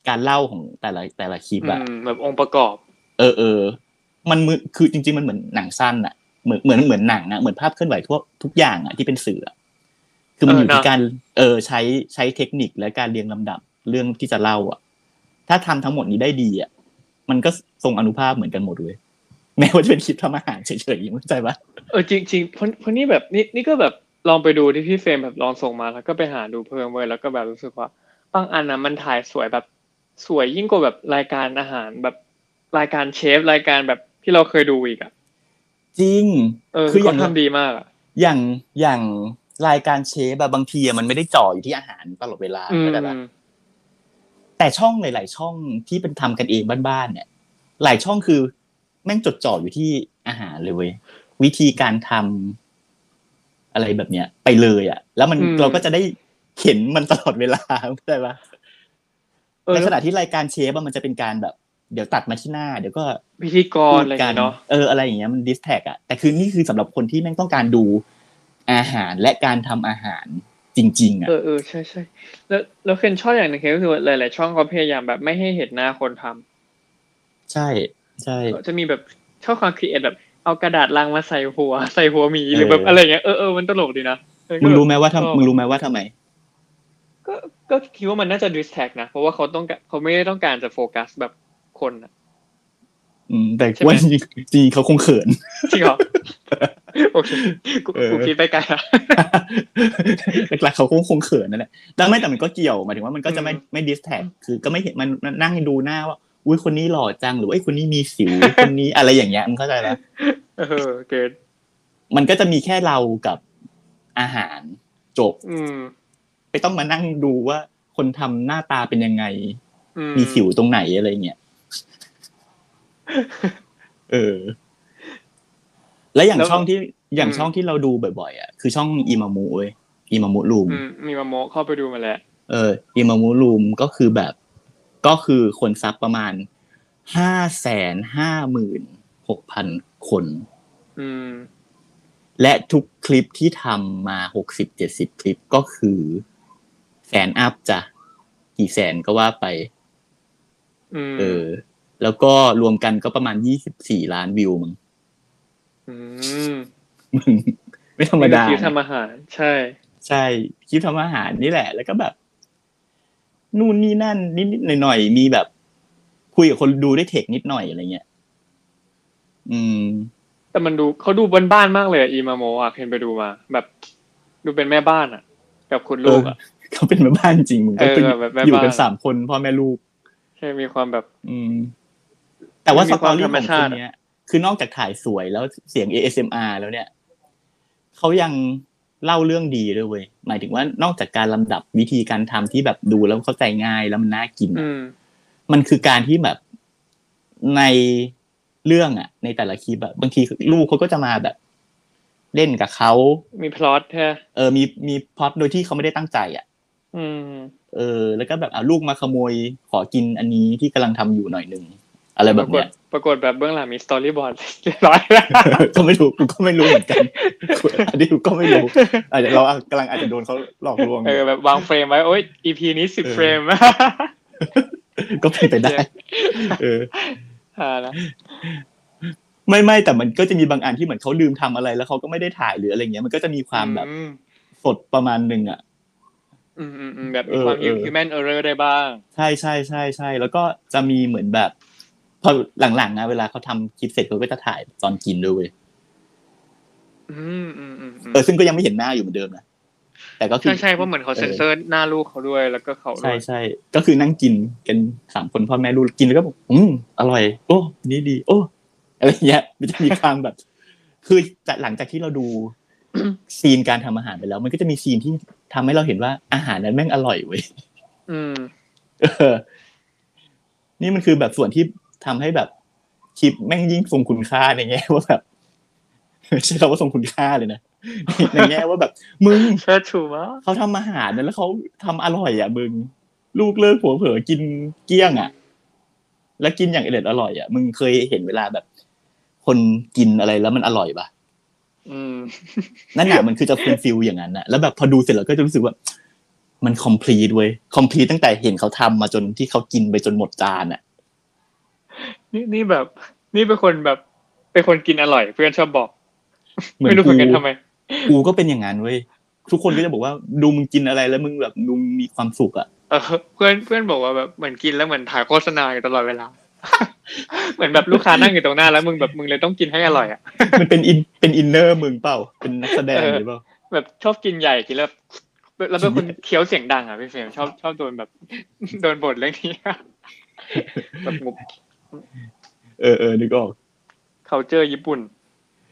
Speaker 4: การเล่าของแต่ละแต่ละคลิป
Speaker 3: อื
Speaker 4: อะ
Speaker 3: มแบบองค์ประกอบ
Speaker 4: เออเออมันมือคือจริง ๆ มันเหมือนหนังสั้นอะเหมือนเหมือนเหมือนหนังอะเหมือนภาพเคลื่อนไหวทั่วทุกอย่างอะที่เป็นสื่ออะคือมัน
Speaker 3: เอ
Speaker 4: อ
Speaker 3: อ
Speaker 4: ยู่ที่
Speaker 3: เนอะ
Speaker 4: การ เออ ใช้ใช้เทคนิคและการเรียงลำดับเรื่องที่จะเล่าอะถ้าทำทั้งหมดนี้ได้ดีอะมันก็ทรงอนุภาพเหมือนกันหมดเลยแม้ว่าจะเป็นคลิปทำอาหารเฉยๆเข้าใจปะ
Speaker 3: เออจริงจริงๆเพราะเพราะนี่แบบนี่นี่ก็แบบลองไปดูที่พี่เฟรมแบบลองส่งมาแล้วก็ไปหาดูเพิ่มเว้ยแล้วก็แบบรู้สึกว่าบางอันนะมันถ่ายสวยแบบสวยยิ่งกว่าแบบรายการอาหารแบบรายการเชฟรายการแบบที่เราเคยดูอีกอ่ะ
Speaker 4: จริง
Speaker 3: เออ
Speaker 4: คืออ
Speaker 3: เขา
Speaker 4: ย่าง
Speaker 3: ทำดีมากอ่ะ
Speaker 4: อย่างอย่างรายการเชฟแบบบางทีอะมันไม่ได้จ่ออยู่ที่อาหารตลอดเวลา
Speaker 3: อืม
Speaker 4: เข้าใจปะ แต่ช่องหลาย ๆ ช่องที่เป็นทำกันเองบ้านๆเนี่ย หลายช่องคือแม่งจดจ่ออยู่ที่อาหารเลยเว้ยวิธีการทำอะไรแบบเนี้ย ไปเลยอ่ะ แล้วมัน
Speaker 3: อืม
Speaker 4: เราก็จะได้เห็นมันตลอดเวลา เข้าใจปะ
Speaker 3: เออ
Speaker 4: ในข
Speaker 3: แล้ว
Speaker 4: ณะที่รายการเชฟอะมันจะเป็นการแบบ เดี๋ยวตัดมาที่หน้า เดี๋ยวก็
Speaker 3: พิธีกร
Speaker 4: พู
Speaker 3: อะไร
Speaker 4: ด
Speaker 3: อย่าง
Speaker 4: กัน
Speaker 3: เงี้ยเนาะ
Speaker 4: เอออะไรอย่างเงี้ยมันดิสแท็กอ่ะแต่คือนี่คือสำหรับคนที่แม่งต้องการดูอาหารและการทำอาหารจริง ๆ อ่ะ
Speaker 3: เออเออใช่ใช่แล้วแล้วเคนชอบอย่างหนึ่งเคนก็คือว่าหลาย ๆ ช่องเขาพยายามแบบไม่ให้เห็นหน้าคนทำ
Speaker 4: ใช่ใช่
Speaker 3: จะมีแบบชอบความครีเอทแบบเอากระดาษลังมาใส่หัว ใส่หัวหมี
Speaker 4: เออ
Speaker 3: หรือแบบอะไรเงี้ยเออเออมันตลกดีนะเออก็
Speaker 4: มึงรู้ไหมว่า
Speaker 3: ชอบ
Speaker 4: ทำมึงรู้ไหมว่าทำไม
Speaker 3: ก็ก็คิดว่ามันน่าจะดิสแท็กนะ เพราะว่าเขาต้องการเขาไม่ได้ต้องการจะโฟกัสแบบคนอะ
Speaker 4: อืมแต่
Speaker 3: ใช่ไหม
Speaker 4: ว่าจริงจริงๆเขาคงเขิน
Speaker 3: จริงเหรอ โอเคกู
Speaker 4: เออ
Speaker 3: กูคิดไปไกลละ
Speaker 4: หลักๆเขาคงคงเขินนั่นแหละแต่ไม่แต่มันก็เกี่ยวหมายถึงว่ามันก็จะไม่
Speaker 3: อืม
Speaker 4: ไม่ดิสแท็กคือก็ไม่เห็นมันมันนั่งดูหน้าว่าอุ้ยคนนี้หล่อจังหรือว่าไอ้ยคนนี้มี สิว คนนี้อะไรอย่างเงี้ยมันเข้าใจปะ
Speaker 3: เออเกิด
Speaker 4: มันก็จะมีแค่เรากับอาหารจบ
Speaker 3: อืม
Speaker 4: ไม่ต้องมานั่งดูว่าคนทำหน้าตาเป็นยังไง
Speaker 3: อืม
Speaker 4: มีสิวตรงไหนอะไรเงี้ยเออ และอย่างช่องที่อย่างช่องที่เราดูบ่อยๆอ่ะคือช่องอิมามุเว้ยอิมามุลูม
Speaker 3: อืมมีมาโมะเข้าไปดูมาแล้ว
Speaker 4: เอออิมามูรูมก็คือแบบ ก็คือคนซับประมาณห้าแสนห้าหมื่นหกพันคน
Speaker 3: อืม
Speaker 4: และทุกคลิปที่ทำมาหกสิบเจ็ดสิบคลิปก็คือแสนอัพจ้ะกี่แสนก็ว่าไป
Speaker 3: อืม
Speaker 4: เออ แล้วก็รวมกันก็ประมาณยี่สิบสี่ล้านวิวมึง
Speaker 3: ม
Speaker 4: มึงไม่ธรรมดา
Speaker 3: นี่คือทำอาหาร ใช่
Speaker 4: ใช่คลิปทำอาหารนี่แหละ แล้วก็แบบ นู่นนี่นั่น นิดๆหน่อยๆมีแบบ คุยกับคนดูได้วยเทคนิดหน่อยอะไรเงี้ยอืม
Speaker 3: แต่มันดูเขาดูบ้านๆมากเลยอะอีมาโมะอะเคนไปดูมา แบบ ดูเป็นแม่บ้านอ่ะ กับคุณลูกอ่ะ
Speaker 4: เขาเป็นแม่บ้านจริงมึงก็
Speaker 3: เออ
Speaker 4: เป็น
Speaker 3: แบบแม่
Speaker 4: อยู่
Speaker 3: บ้าน
Speaker 4: กันสามคนพ่อแม่ลูก
Speaker 3: ใช่มีความแบบ
Speaker 4: อืม แต่ว่า
Speaker 3: มี
Speaker 4: ส
Speaker 3: ค
Speaker 4: ตอ
Speaker 3: วาม
Speaker 4: รี่
Speaker 3: ธร
Speaker 4: ข
Speaker 3: รม
Speaker 4: อง
Speaker 3: ชา
Speaker 4: ค
Speaker 3: ติ
Speaker 4: นเนี้ย คือนอกจากถ่ายสวยแล้วเสียง ASMR แล้วเนี่ยเขายังเล่าเรื่องดีด้วยเว้ยหมายถึงว่านอกจากการลำดับวิธีการทำที่แบบดูแล้วเข้าใจง่ายแล้วมันน่ากินอะ
Speaker 3: อืม
Speaker 4: มันคือการที่แบบในเรื่องอ่ะ ในแต่ละคลิปแบบบางทีลูกเขาก็จะมาแบบ เล่นกับเขา
Speaker 3: มีพล็อตใช่ไหม
Speaker 4: เออมีมีพล็อตโดยที่เขาไม่ได้ตั้งใจอ่ะ
Speaker 3: อืม
Speaker 4: เออแล้วก็แบบเอาลูกมาขโมยขอกินอันนี้ที่กำลังทำอยู่หน่อยหนึ่งอะไร
Speaker 3: ป
Speaker 4: แบ
Speaker 3: รา
Speaker 4: บ
Speaker 3: กฏ
Speaker 4: เนี้ย
Speaker 3: ปรากฏแบบเบื้องหลังมีสตอรี่บอร์ดเรียบร้อยแล้ว
Speaker 4: ก็ไม่รู้กูก็ไม่รู้เหมือนกันอันนี้กูก็ไม่รู้อาจจะเรากำลังอาจจะโดนเขาหลอกลวง
Speaker 3: เออแบบวางเฟรมไว้ โอ๊ย EP นี้สิบเฟรม
Speaker 4: ก็เป็นไปได้ เออ
Speaker 3: อ่านะ
Speaker 4: ไม่ไม่แต่มันก็จะมีบางอันที่เหมือนเขาลืมทำอะไรแล้วเขาก็ไม่ได้ถ่ายหรืออะไรเงี้ยมันก็จะมีความแบบ
Speaker 3: อืม
Speaker 4: สดประมาณหนึ่งอ่ะ
Speaker 3: อืมอืมอืมแบบ
Speaker 4: เอ
Speaker 3: มี
Speaker 4: อ
Speaker 3: ความ
Speaker 4: เออ
Speaker 3: human error ได้บ้าง
Speaker 4: ใช่ใช่ใช่ใช่แล้วก็จะมีเหมือนแบบพอหลังๆนะเวลาเขาทำคลิปเสร็จเขาก็จะถ่ายตอนกินด้วยเว้ย
Speaker 3: อืมอืมอืมอืม
Speaker 4: เออซึ่งก็ยังไม่เห็นหน้าอยู่เหมือนเดิมนะแต่ก็คือ
Speaker 3: ใช่ใช่เพราะเหมือนเขาเซ็นเซอร์หน้าลูกเขาด้วยแล้วก็เขาด้
Speaker 4: ใช่
Speaker 3: วย
Speaker 4: ใช่ก็คือนั่งกินกันสามคนพ่อแม่ลูกกินแล้วก็บอกอืมอร่อย โอ้นี่ดี โอ้อะไรเงี้ย มันจะมีความแบบ คือจากหลังจากที่เราดู ซีนการทำอาหารไปแล้ว มันก็จะมีซีนที่ทำให้เราเห็นว่าอาหารนั้นแม่งอร่อยเว้ย
Speaker 3: อืม
Speaker 4: เออ นี่มันคือแบบส่วนที่ทำให้แบบคลิปแม่งยิ่งทรงคุณค่าในแง่ว่าแบบ ไม่ใช่เราว่าทรงคุณค่าเลยนะ ในแง่ว่าแบบมึง
Speaker 3: เชิดชูมาก
Speaker 4: เขาทำอาหารนะแล้วเขาทำอร่อยอ่ะมึง ลูกเลิกผัวเผลอกินเกลี้ยงอ่ะ แล้วกินอย่างอเด็ดอร่อยอ่ะมึงเคยเห็นเวลาแบบ คนกินอะไรแล้วมันอร่อยปะ
Speaker 3: อืม
Speaker 4: นั่นแหละมันคือจะเป็นฟิลอย่างนั้นอ่ะแล้วแบบพอดูเสร็จแล้วก็จะรู้สึกว่า มันคอมพลีทเว้ยคอมพลีทตั้งแต่เห็นเขาทำมาจนที่เขากินไปจนหมดจานอ่ะ
Speaker 3: นี่นี่แบบ นี่เป็นคนแบบ เป็นคนกินอร่อย เพื่อนชอบบอก
Speaker 4: เหมือน
Speaker 3: ไม่รู้เหมือนกัน
Speaker 4: กู
Speaker 3: ทำไม
Speaker 4: กูก็เป็นอย่างนั้นเว้ยทุกคนก็จะบอกว่าดูมึงกินอะไรแล้วมึงแบบดูมีความสุขอ่ะ
Speaker 3: เออเพื่อนเพื่อนบอกว่าแบบเหมือนกินแล้วเหมือนถ่ายโฆษณาอยู่ตลอดเวลา เหมือนแบบลูกค้านั่งอยู่ตรงหน้าแล้วมึงแบบมึงเลยต้องกินให้อร่อยอ่ะ
Speaker 4: มันเป็นอินเป็นอินเนอร์มึงเปล่า เป็นนักแสดงหรือเปล่า
Speaker 3: แบบชอบกินใหญ่กินแล้วแล้วเป็นคนเคี้ยวเสียงดังอ่ะพี่เฟรมชอบชอบโดนแบบ โดนบ่นเรื่อง นี้ แบบงบ
Speaker 4: เออเออนึกออก
Speaker 3: เคาเจอญี่ปุ่น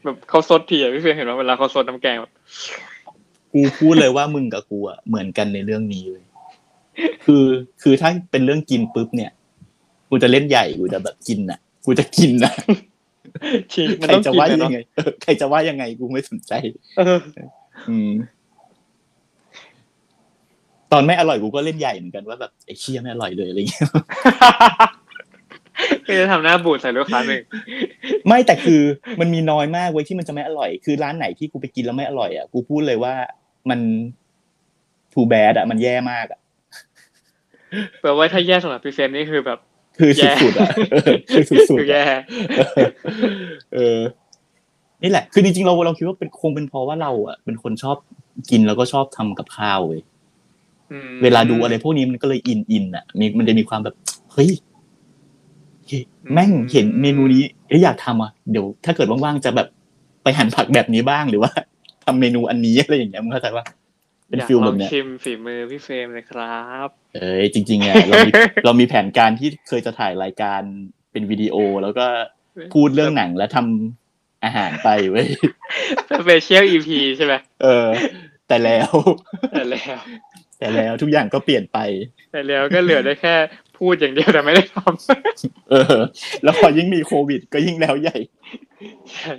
Speaker 3: แบบเขาซดทีอ่ะพี่เฟรมเห็นไหมเวลาเขาซดน้ำแกง แบบ
Speaker 4: กูพูดเลยว่ามึงกับกูอะเหมือนกันในเรื่องนี้เลย คือคือถ้าเป็นเรื่องกินปุ๊บเนี่ย กูจะเล่นใหญ่กูจะแบบกินอะกูจะกินนะ
Speaker 3: ชิง มัน
Speaker 4: ใคร
Speaker 3: ต้อง
Speaker 4: จะ
Speaker 3: กิน
Speaker 4: ว่า
Speaker 3: นะ
Speaker 4: ยั
Speaker 3: เนาะ
Speaker 4: งไงเออใครจะว่ายังไงกูไม่สนใจ
Speaker 3: เออ
Speaker 4: อืม ตอนไม่อร่อยกูก็เล่นใหญ่เหมือนกันว่าแบบไอ้เชี่ยไม่อร่อยเลยอะไรเงี้ย
Speaker 3: ก็จะทำหน้าบูดใส่ลูกค้าหนึ่ง
Speaker 4: ไม่แต่คือมันมีน้อยมากเว้ยที่มันจะไม่อร่อย คือร้านไหนที่กูไปกินแล้วไม่อร่อยอะกูพูดเลยว่ามัน too bad อะมันแย่มากอะ
Speaker 3: แปลว่าถ้าแย่สำหรับพี่เฟรมนี่คือแบบ
Speaker 4: คือ
Speaker 3: แย่
Speaker 4: สุดๆอ่ะเออ คือสุด
Speaker 3: คือ
Speaker 4: ๆอะ
Speaker 3: แย่
Speaker 4: เออ นี่แหละ คือจริงๆเราเราคิดว่าเป็นคงเป็นเพราะว่าเราอ่ะเป็นคนชอบกินแล้วก็ชอบทำกับข้าวเว้ย
Speaker 3: อืม
Speaker 4: เวลาดูอะไรพวกนี้มันก็เลยอินอินอ่ะมีมันจะมีความแบบ เฮ้ยเฮ้ยแม่งเห็นเมนูนี้เอ้ยอยากทำอ่ะเดี๋ยวถ้าเกิดว่างๆจะแบบไปหั่นผักแบบนี้บ้างหรือว่าทำเมนูอันนี้อะไรอย่างเงี้ยมึงเข้าใจว่าเป็น
Speaker 3: อยาก
Speaker 4: ฟิล
Speaker 3: ล
Speaker 4: แบ
Speaker 3: อง
Speaker 4: บเนี้ย
Speaker 3: ชิมฝีมือพี่เฟรมเลยครับ
Speaker 4: เอ้ยจริงๆอ่ะเรามี เรามีแผนการที่เคยจะถ่ายรายการเป็นวิดีโอแล้วก็พูดเรื่องหนังและทำอาหารไปเว้ย
Speaker 3: สเปเชียลอีพีใช่ไหม
Speaker 4: เออ แต่แล้ว
Speaker 3: แต่แล้ว
Speaker 4: แต่แล้วทุกอย่างก็เปลี่ยนไป
Speaker 3: แต่แล้วก็เหลือได้แค่พูดอย่างเดียวแต่ไม่ได้ท
Speaker 4: เออ แล้วพอยิ่งมีโควิด ก็ยิ่งแล้วใหญ่
Speaker 3: ำใช่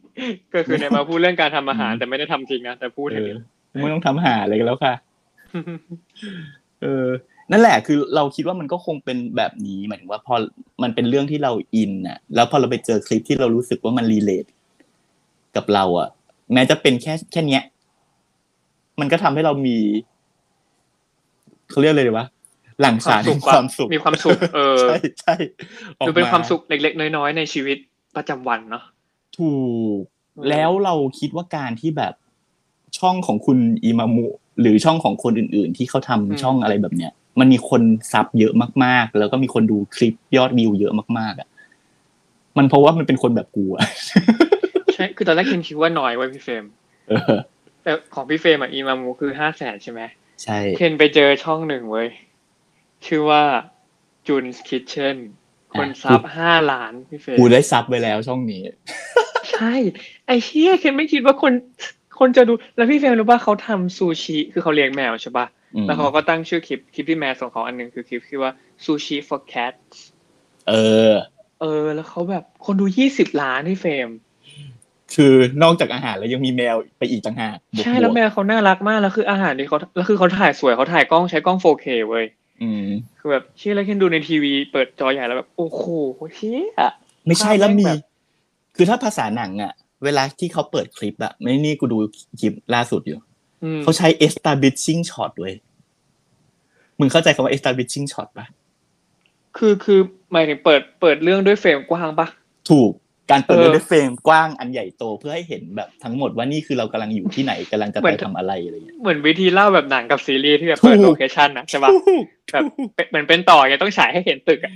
Speaker 3: ก็คือเนี่ยมาพูดเรื่องการทำอา หารแต่ไม่ได้ทำจริงนะแต่พูดอ
Speaker 4: เอย่าง อ
Speaker 3: เดียว
Speaker 4: ไม่ต้องทำหาอะไรกันแล้วค่ะ เออ นั่นแหละ คือเราคิดว่ามันก็คงเป็นแบบนี้หมายถึงว่าพอมันเป็นเรื่องที่เราอินน่ะ แล้วพอเราไปเจอคลิปที่เรารู้สึกว่ามันรีเลทกับเราอะแม้จะเป็นแค่แค่เนี้ย มันก็ทำให้เรามีเขาเรียกเลยดีวะหลั่งสารแห่งความสุข
Speaker 3: มีความสุข เออ
Speaker 4: ใช่ใช่ออก
Speaker 3: ดูเป็นความสุขเล็ก ๆ น้อยๆในชีวิตประจำวันเนาะ
Speaker 4: ถูก แล้วเราคิดว่าการที่แบบช่องของคุณอิมามุ หรือช่องของคนอื่น ๆ ที่เขาทำช่องอะไรแบบเนี้ย มันมีคนซับเยอะมากๆ แล้วก็มีคนดูคลิปยอดวิวเยอะมากๆอ่ะมันเพราะว่ามันเป็นคนแบบกูอ่ะ
Speaker 3: ใช่คือตอนแรกคิมคิดว่าน้อยไว้ยพี่เฟรม
Speaker 4: เออ
Speaker 3: แต่ของพี่เฟรมอ่ะอีมามูคือห้าแสนใช่ไหม
Speaker 4: ใช่
Speaker 3: เคนไปเจอช่องหนึ่งเว้ย ชื่อว่าจุนคิทเช่นคนซับห้าล้านพี่เฟรม
Speaker 4: กูได้ซับไปแล้วช่องนี้
Speaker 3: ใช่ ไอ้เชี่ยเคนไม่คิดว่าคนคนจะดูแล้วพี่เฟรมรู้ป่ะเขาทำซูชิ คือเขาเลี้ยงแมวใช่ป่ะ
Speaker 4: อืม
Speaker 3: แล้วเขาก็ตั้งชื่อคลิปคลิปที่แมวของเขาอันหนึ่งคือคลิปที่ว่าซูชิ for cat
Speaker 4: เออ
Speaker 3: เออ แล้วเขาแบบคนดูยี่สิบล้านพี่เฟรม
Speaker 4: คือนอกจากอาหารแล้วยังมีแมวไปอีกต่างหากบก
Speaker 3: ใช่แล้ว
Speaker 4: บก
Speaker 3: แมวเขาน่ารักมากแล้วคืออาหารนี่เขาแล้วคือเขาถ่ายสวยเขาถ่ายกล้องใช้กล้อง 4K เว้ย
Speaker 4: อืม
Speaker 3: คือแบบเชี่ยแล้วเคนดูในทีวีเปิดจอใหญ่แล้วแบบโอ้โหเชี่ย
Speaker 4: ไม่ใช่
Speaker 3: ภาพ
Speaker 4: แล้วมี
Speaker 3: แม่งแบบ
Speaker 4: คือถ้าภาษาหนังอะเวลาที่เขาเปิดคลิปอะไม่นี่กูดูคลิปล่าสุดอยู่
Speaker 3: อืม
Speaker 4: เขาใช้ establishing shot เว้ยมึงเข้าใจคำว่า establishing shot ปะ
Speaker 3: คือคือหมายถึงเปิดเปิดเรื่องด้วยเฟรมกว้างปะ
Speaker 4: ถูกการเปิด
Speaker 3: เออ
Speaker 4: ด้วยเฟรมกว้างอันใหญ่โตเพื่อให้เห็นแบบทั้งหมดว่านี่คือเรากำลังอยู่ที่ไหนกำลังจะไปทำอะไรอะไรอย่างเงี้ย
Speaker 3: เหมือนวิธีเล่าแบบหนังกับซีรีส์ที่แบบเปิด
Speaker 4: ถูก
Speaker 3: โลเคชั่นนะใช่ปะ
Speaker 4: ถูก
Speaker 3: แบบเป็นเหมือนเป็นต่อไงต้องฉายให้เห็นตึกอะ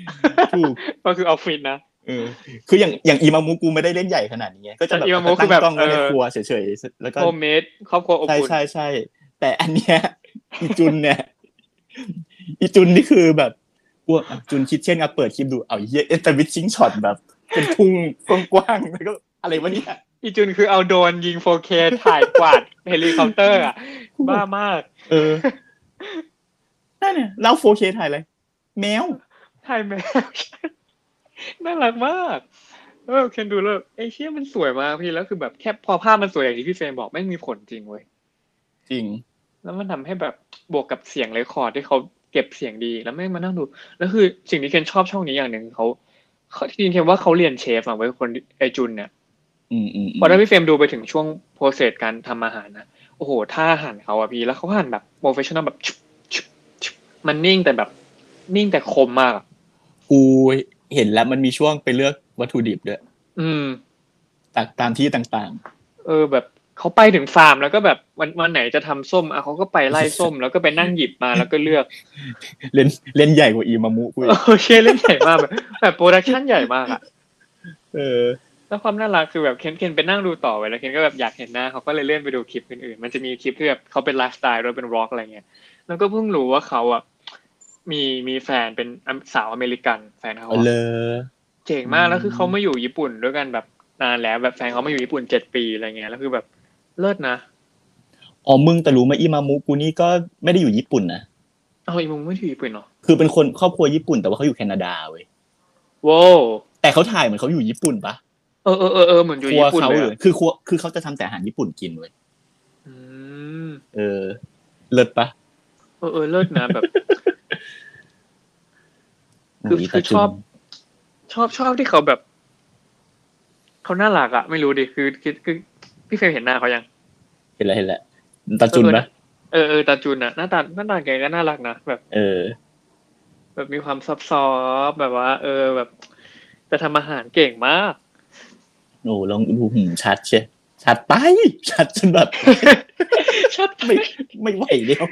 Speaker 4: ถูก
Speaker 3: ก็คือออฟฟิศนะ
Speaker 4: เออคืออย่างอย่างอีมามูกูไม่ได้เล่นใหญ่ขนาดนี้ไงก็จะแบบ
Speaker 3: อีมามุ
Speaker 4: ตั้ง
Speaker 3: คือแบบ
Speaker 4: กล้องไว้ใน
Speaker 3: เออ
Speaker 4: ครัวเฉยๆแล้วก็
Speaker 3: โฮมเมดครอบครัวอบ
Speaker 4: ใช่
Speaker 3: อุ่น
Speaker 4: ใช่ใช่แต่อันเนี้ย อีจุนเนี่ยอีจุนนี่คือแบบพวกอ่ะจุนคิดเช่นอ่ะเปิดคลิปดูเอาเหี้ยเอ็นตวิชชิงช็อตแบบ เป็นทุ่งกว้างๆแล้วก็อะไรวะเนี่ย
Speaker 3: อีจุนคือเอาโดรนยิง 4K ถ่ายกวาด เฮลิคอปเตอร์อะบ้ามาก
Speaker 4: เออนั่นเนี่ยเรา 4K ถ่ายอะไรแมว
Speaker 3: ถ่ายแมว น่ารักมาก เออเคนดูแล้วไอเชี่ยมันสวยมากพี่แล้วคือแบบแค่พอภาพมันสวยอย่างที่พี่เฟรมบอกไม่งมีผลจริงเว้ย
Speaker 4: จริง
Speaker 3: แล้วมันทำให้แบบบวกกับเสียงเรคคอร์ดที่เขาเก็บเสียงดีแล้วแม่งมานั่งดู แล้วคือสิ่งที่เคนชอบช่องนี้อย่างหนึ่งเขาเขาจริงๆเคนว่าเขาเรียนเชฟอ่ะไว้ยคนไอจุนเนี่ย
Speaker 4: อืมอืมอืม
Speaker 3: พอได้พี่เฟรมดูไปถึงช่วงโปรเซสการทำอาหารนะโอ้โหท่าหั่นเขาอะพี่แล้วเขาหั่นแบบโปรเฟชชั่นอลแบบชุบชุบชุบมันนิ่งแต่แบบนิ่งแต่คมมากอะ
Speaker 4: กูเห็นแล้วมันมีช่วงไปเลือกวัตถุดิบด้วย
Speaker 3: อืม
Speaker 4: ตามตามที่ต่าง
Speaker 3: เออแบบเขาไปถึงฟาร์มแล้วก็แบบวันวันไหนจะทำส้มอ่ะเขาก็ไปไล่ส้ม แล้วก็ไปนั่งหยิบมาแล้วก็เลื อก
Speaker 4: ๆ เล่นเล่นใหญ่กว่าอีมามุกูอีก
Speaker 3: โอเคเล่นใหญ่มากแบบแบบโปรดักชั่นใหญ่มากอะ
Speaker 4: เออ
Speaker 3: แล้วความน่ารักคือแบบเคนเคนไปนั่งดูต่อไว้แล้วเคนก็แบบอยากเห็นหน้าเขาก็เลยเลื่อนไปดูคลิปอื่นๆมันจะมีคลิปที่แบบเขาเป็นไลฟ์สไตล์ด้วยเป็นร็อกอะไรเงี้ยแล้วก็เพิ่งรู้ว่าเขาอ่ะมีมีแฟนเป็นอเมสาวอเมริกันแฟนเขา
Speaker 4: เอา
Speaker 3: อะ
Speaker 4: เลย
Speaker 3: เจ๋งมากแล้วคือ
Speaker 4: ม
Speaker 3: เขามาอยู่ญี่ปุ่นด้วยกันแบบนานแล้วแบบแฟนเขามาอยู่ญี่ปุ่นเจ็ดปีอะไรเงี้ยแล้วคือแบบเลิศนะ
Speaker 4: อ๋อมึงแต่รู้ไหมอีมามุกูนี่ก็ไม่ได้อยู่ญี่ปุ่นนะ
Speaker 3: เอาอีมุมไม่ถือยู่ญี่ปุ่นเนาะ
Speaker 4: คือเป็นคนครอบครัวญี่ปุ่นแต่ว่าเขาอยู่แคนาดาเว้ย
Speaker 3: ว้าว
Speaker 4: แต่เขาถ่ายเหมือนเขาอยู่ญี่ปุ่นปะ
Speaker 3: เออเออเออเออเหมือนอยู่
Speaker 4: ครัว
Speaker 3: ญี่ปุ่น
Speaker 4: เขา
Speaker 3: เลย
Speaker 4: หรือ
Speaker 3: อะ
Speaker 4: คือครัวคือเขาจะทำแต่อาหารญี่ปุ่นกินเว้ย
Speaker 3: อืม
Speaker 4: เออ เลิศปะ
Speaker 3: เออเออเลิศนะแบบ คือ
Speaker 4: หนุ่ย
Speaker 3: คือ
Speaker 4: ตาจุน
Speaker 3: ชอบ ชอบชอบที่เขาแบบเขาน่ารักอะไม่รู้ดิคือคือคือพี่เฟรมเห็นหน้าเขายัง
Speaker 4: เห็นแล้วเห็นแล้วตาจุนปะ
Speaker 3: เออเออตาจูนอะหน้าตาหน้าตาแกก็น่ารักนะแบบ
Speaker 4: เออ
Speaker 3: แบบมีความซับซ้อนแบบว่า เออแบบ แต่ทำอาหารเก่งมาก
Speaker 4: โอ้ลองดูหืมชัดเชียชัดไปชัดจนแบบ
Speaker 3: ชัด ไป
Speaker 4: ไม่ไม่ไหวแล้ว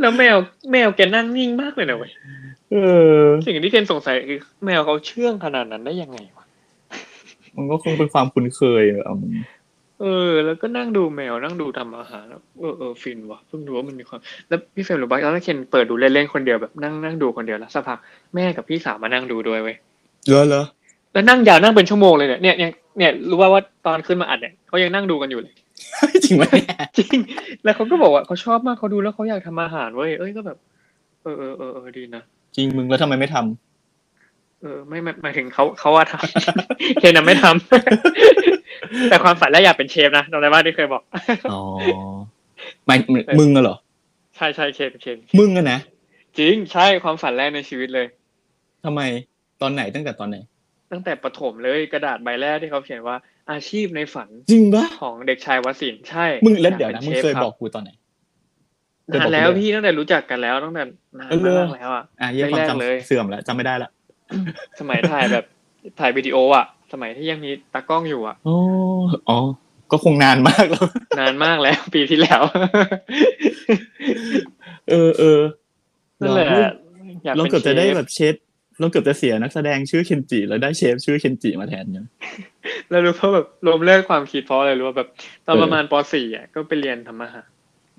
Speaker 3: แล้วแมวแมวแกนั่งนิ่งมากเลยนะเว้ย
Speaker 4: เออ
Speaker 3: สิ่งที่เคนสงสัยคือแมวเขาเชื่องขนาดนั้นได้ยังไงวะ
Speaker 4: มันก็คงเป็นความคุ้นเคยอะอืม
Speaker 3: เออ แล้วก็นั่งดูแมวนั่งดูทำอาหารแล้วเออเออฟินว่ะเพิ่งรู้ว่ามันมีความแล้วพี่เฟรมรู้ป่ะตอนแรกเคนเปิดดูเล่นๆคนเดียวแบบนั่งนั่งดูคนเดียวแล้วสักพักแม่กับพี่สาวมานั่งดูด้วยเว้ย
Speaker 4: เหรอเหรอ
Speaker 3: แล้วนั่งยาวนั่งเป็นชั่วโมงเลยเนี่ยเนี่ยเนี่ยเนี่ยรู้ว่าว่าตอนขึ้นมาอัดเนี่ยเขายังนั่งดูกันอยู่เลย
Speaker 4: จริงไหมเนี่ย
Speaker 3: จริง แล้วเขาก็บอกว่าเขาชอบมากเขาดูแล้วเขาอยากทำอาหารเว้ยเอ้ยก็แบบ เออเออเออเออดีนะ
Speaker 4: จริงมึงแล้วทำไมไม่ทำ
Speaker 3: เออไม่ไม่หมายถึงเขาเขาว่าทำ เคนน่ะไม่ทำ แต่ความฝันแรกอยากเป็นเชฟนะตอนแรกว่าที่เคยบอก
Speaker 4: อ๋อหมายมึงอะเหรอ
Speaker 3: ใช่ใช่เคนเคน
Speaker 4: มึงอะนะ
Speaker 3: จริงใช่ความฝันแรกในชีวิตเลย
Speaker 4: ทำไมตอนไหนตั้งแต่ตอนไหน
Speaker 3: ตั้งแต่ประถมเลยกระดาษใบแรกที่เขาเขียนว่าอาชีพในฝัน
Speaker 4: จริงปะ
Speaker 3: ของเด็กชายวสินทร์ใช่
Speaker 4: มึงแล้วเดี๋ยว
Speaker 3: อาก
Speaker 4: นะ
Speaker 3: ป็
Speaker 4: มึง
Speaker 3: ชฟ
Speaker 4: เคย
Speaker 3: รับ
Speaker 4: บอกกูตอนไหน เคยบ
Speaker 3: นา
Speaker 4: อน ก
Speaker 3: แล้ว
Speaker 4: กูเลย
Speaker 3: พี่ตั้งแต่รู้จักกันแล้วตั้งแต่นาน
Speaker 4: เออเล
Speaker 3: มาย กแล้วอ่ะ
Speaker 4: อ่ะเหี้ยอะความ
Speaker 3: แรกๆเลย
Speaker 4: จำเสื่อมแล้วจำไม่ได้ละ
Speaker 3: สมัยถ่ายแบบ ถ่ายวิดีโออ่ะ สมัยที่ยังมีตากล้องอยู่อ่ะ
Speaker 4: อ๋ออ๋อ ก็คงนานมากแล้ว
Speaker 3: นานมากแล้ว ปีที่แล้ว
Speaker 4: เออเออ
Speaker 3: นั่นแหละอยาก
Speaker 4: เรา
Speaker 3: เป็ น
Speaker 4: เกือบ
Speaker 3: เช
Speaker 4: จะได้
Speaker 3: ฟ
Speaker 4: แบบเชฟ เราเกือบจะเสียนักแสดงชื่อเคนจิแล้วได้เชฟชื่อเคนจิมาแทนเนี่ย
Speaker 3: แล้วรู้เพราะแบบล้มเลิกความคิดเพราะอะไรรู้ว่าแบบตอน
Speaker 4: เออ
Speaker 3: ประมาณป .4 อ่ะก็ไปเรียนทำอาหาร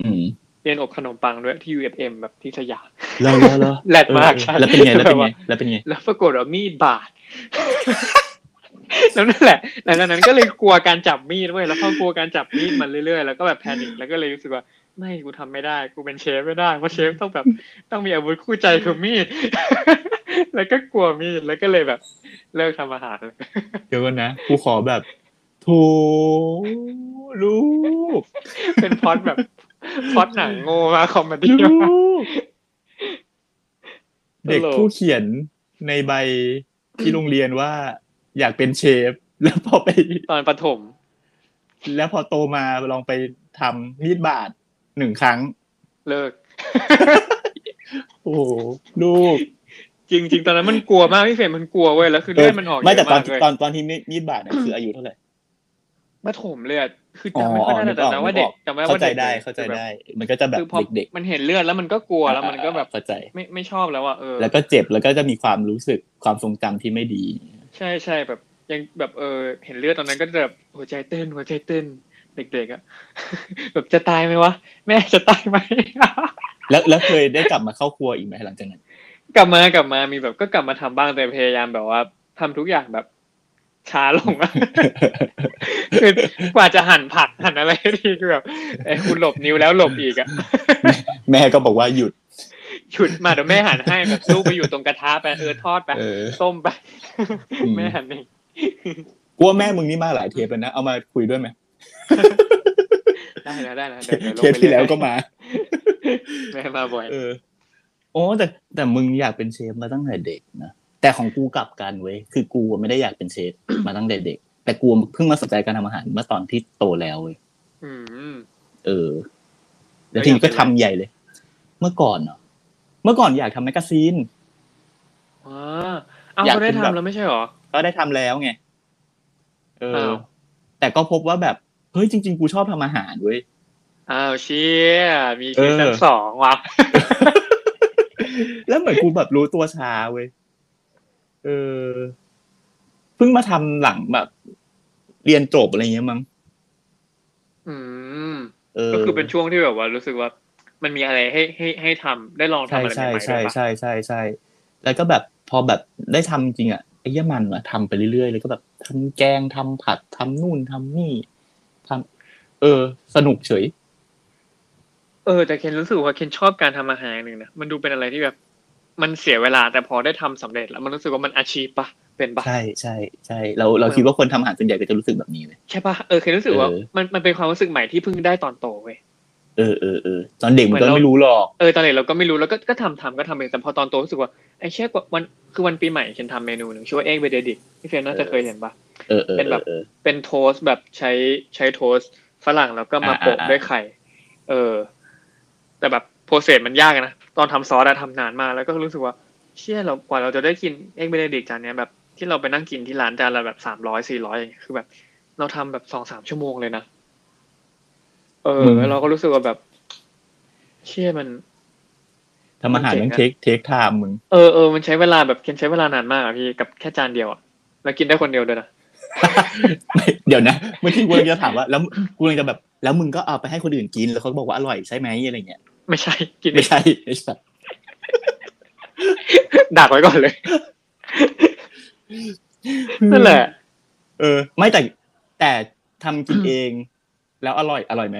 Speaker 4: อืม
Speaker 3: เรียนอบขนมปังด้วยที่ UFM แบบที่สยาม
Speaker 4: แล้วแล้วแล้ว
Speaker 3: แหลกมากใช่
Speaker 4: แล้วเป็นไงแล้วเป็นไงแล้วเป็นไง
Speaker 3: แล้วปรากฏว่ามีดบาด แล้วนั่นแหละหลังจากนั้นก็เลยกลัวการจับมีดเว้ยแล้วพอกลัวการจับมีดมันเรื่อยๆ แล้วก็แบบแพนิคแล้วก็เลยรู้สึกว่า ไม่กูทำไม่ได้ กูเป็นเชฟไม่ได้เพราะเชฟต้องแบบ ต้องมีอาวุธคู่ใจคือมีด แล้วก็กลัวมีดแล้วก็เลยแบบ เลิกทำอาหาร
Speaker 4: เดี๋ยวก่อนนะกูขอแบบโถูลูก
Speaker 3: เป็นพล็อดแบบพล็อดหนังโง่มากคอมเม ดี้
Speaker 4: ลู
Speaker 3: มาก
Speaker 4: กเด็กผู้เขียนในใบที่โรงเรียนว่า อยากเป็นเชฟ แล้วพอไป
Speaker 3: ตอนประถม
Speaker 4: แล้วพอโตมาลองไปทำมีดบาดหนึ่งครั้ง
Speaker 3: เลิก
Speaker 4: โอ้โหลูก
Speaker 3: จริง ๆ ตอนนั้นมันกลัวมากพี่เฟรมมันกลัวเว้ยแล้วคือเลือดมันออก
Speaker 4: ไม่แต่
Speaker 3: เยะ
Speaker 4: ตอน
Speaker 3: กเลย
Speaker 4: ตอนตอนที่มีดมีดบาดเนี่ย คืออายุเท่าไหร่
Speaker 3: มาถมเลยอะคือ
Speaker 4: อ๋อ
Speaker 3: จำไม่ค่อยได้
Speaker 4: นึ
Speaker 3: นะ
Speaker 4: ก
Speaker 3: แต่
Speaker 4: ออก
Speaker 3: จำว่าเด็ก
Speaker 4: นึกออก
Speaker 3: จำว่า
Speaker 4: เข้าใจ
Speaker 3: ด็ก
Speaker 4: ได้
Speaker 3: คือ
Speaker 4: เข้าใจ
Speaker 3: แบบ
Speaker 4: ได้ มันก็จะแบบ
Speaker 3: คือพอ
Speaker 4: เด็กๆ
Speaker 3: มันเห็นเลือดแล้วมันก็กลัวแล้วมันก็แบบ
Speaker 4: เข้าใจ
Speaker 3: ไม่ไม่ชอบแล้วอ่ะเออ
Speaker 4: แล้วก็เจ็บแล้วก็จะมีความรู้สึกความทรงจำที่ไม่ดี
Speaker 3: ใช่ใช่แบบ ยังแบบเออ เห็นเลือดตอนนั้นก็จะแบบหัวใจเต้นหัวใจเต้น เด็กๆอ่ะ แบบจะตายไหมวะแม่จะ ตายไหม
Speaker 4: แล้วแล้วเคยได้กลับมาเข้าครัวอีกไหมหลังจาก นั้น
Speaker 3: กลับมากลับมามีแบบก็กลับมาทำบ้างแต่พยายามแบบว่าทำทุกอย่างแบบช้าลงอะ คือกว่าจะหั่นผักหั่นอะไรทีคือแบบไอ้ยคุณหลบนิ้วแล้วหลบอีกอ่ะ
Speaker 4: แม่ก็บอกว่าหยุด
Speaker 3: หยุดมาเดี๋ยวแม่หั่นให้แบบลูกไปอยู่ตรงกระทะไปเออทอดไป
Speaker 4: เออ
Speaker 3: ต้มไป
Speaker 4: อืม
Speaker 3: แม่หั่นเอง
Speaker 4: กลัวแม่มึงนี่มาหลายเทปแล้วนะเอามาคุยด้วยไหม
Speaker 3: ได้นะได้นะ
Speaker 4: เทปที่แล้วก็มา
Speaker 3: แม่มาบ่อย
Speaker 4: เออโอ้แต่แต่มึงอยากเป็นเชฟมาตั้งแต่เด็กนะแต่ของกูกลับกันเว้ยคือกูอะไม่ได้อยากเป็นเชฟ มาตั้งแต่เด็ก แต่กูเพิ่งมาสนใจการทำอาหารเมื่อตอนที่โตแล้วเว้ย
Speaker 3: อืม
Speaker 4: เออ
Speaker 3: แล้
Speaker 4: แล้ว
Speaker 3: ว
Speaker 4: ทีนี้
Speaker 3: อยากเป็
Speaker 4: ก็
Speaker 3: นอะไร
Speaker 4: ทำใหญ่เลย เมื่อก่อนเนาะเมื่อก่อนอยากทำแมกกาซีน
Speaker 3: อ๋อเอา
Speaker 4: อยาก
Speaker 3: เขาได้
Speaker 4: เป็นแบบ
Speaker 3: ทำแล้วไม่ใช่หรอ
Speaker 4: ก็ได้ทำแล้วไง เออ
Speaker 3: อ้าว
Speaker 4: แต่ก็พบว่าแบบ เฮ้ยจริง ๆ กูชอบทำอาหารเว้ย
Speaker 3: อ้าวเชี่ยมีซีซั่น
Speaker 4: เออ
Speaker 3: สองว่ะ
Speaker 4: แล้วเหมือนกูแบบรู้ตัวช้าเว้ย เออ เพิ่งมาทำหลังแบบ เรียนจบอะไรเงี้ยมั้ง
Speaker 3: อืม
Speaker 4: เออ
Speaker 3: ก็คือเป็นช่วงที่แบบว่ารู้สึกว่า มันมีอะไรให้ให้ให้ทำได้ลองทำ
Speaker 4: ใช่
Speaker 3: อะไร
Speaker 4: ใช่
Speaker 3: ใหม่ๆด้
Speaker 4: ใช่
Speaker 3: วยปะ
Speaker 4: ใช่ใช่ใช่ แล้วก็แบบพอแบบได้ทำจริงอ่ะไอ้เหี้ยมันอะทำไปเรื่อยๆ แล้วก็แบบทำแกงทำผัดทำนู่นทำนี่ทำเออ สนุกเฉย
Speaker 3: เออแต่เคนรู้สึกว่าเคนชอบการทำอาหารหนึ่งนะมันดูเป็นอะไรที่แบบ มันเสียเวลาแต่พอได้ทำสำเร็จแล้วมันรู้สึกว่ามันอาชีพปะเป็นปะ
Speaker 4: ใช่ใช่ใช่ เราเราคิดว่าคนทำอาหารส่วนใหญ่ก็จะรู้สึกแบบนี้เลย
Speaker 3: ใช่ปะเออเคนรู้สึกว่า
Speaker 4: เออ
Speaker 3: มันมันเป็นความรู้สึกใหม่ที่เพิ่งได้ตอนโตเว้ย
Speaker 4: เออเออเออตอนเด็กมันก็
Speaker 3: เหมือนเรา
Speaker 4: ไม่รู้หรอก
Speaker 3: เออตอนเด็กเราก็ไม่รู้แล้วก็ก็ทำทำก็ทำเองแต่พอตอนโตรู้สึกว่าไอ้เช่กว่าวันคือวันปีใหม่ฉันทำเมนูหนึ่งชื่อว่าเอ็กเบเดดิกพี่เฟรนน่าจะเคยเห็นปะ
Speaker 4: เออเออ
Speaker 3: เป็นแบบ
Speaker 4: เออ
Speaker 3: เป็นโทสต์แบบใช้ใช้โทสต์ฝรั่งแล้วก็มา
Speaker 4: อ่า
Speaker 3: โปะ
Speaker 4: อ่า
Speaker 3: ด้วยไข่ เออ แต่แบบโปรเซสมันยากอะนะตอนทำซอสอะทำนานมากแล้วก็รู้สึกว่า เชี่ยเรากว่าเราจะได้กินเอ็กเบเดดิกจานเนี้ยแบบที่เราไปนั่งกินที่ร้านจานละแบบสามร้อยสี่ร้อยางเงี้ยคือแบบ เราทำแบบสองสามชั่วโมงเลยนะเออแล้วเราก็รู้สึกว่าแบบ เชี่ยมัน
Speaker 4: ทำอาหาร
Speaker 3: มันเจ๋ง
Speaker 4: ต้อง
Speaker 3: อะ
Speaker 4: เทคเทคไทม์มึง
Speaker 3: เออเออมันใช้เวลาแบบเคนใช้เวลานานมากอะพี่กับแค่จานเดียวอะแล้วกินได้คนเดียวด้วยนะ
Speaker 4: ไม่ เดี๋ยวนะเมื่อกี้กูเลยจะถามว่า แล้วกูเลยจะแบบ แล้วมึงก็เอาไปให้คนอื่นกินแล้วเขาก็บอกว่าอร่อยใช่ไหมอะไรเงี้ย
Speaker 3: ไม่ใช่ กินเอ
Speaker 4: ไม่
Speaker 3: ง
Speaker 4: ใช่ไม่ใช่
Speaker 3: ดักไว้ก่อนเลย นั่นแหละ
Speaker 4: เออ ไม่แต่แต่ทำกินเอง แล้วอร่อยอร่อยไหม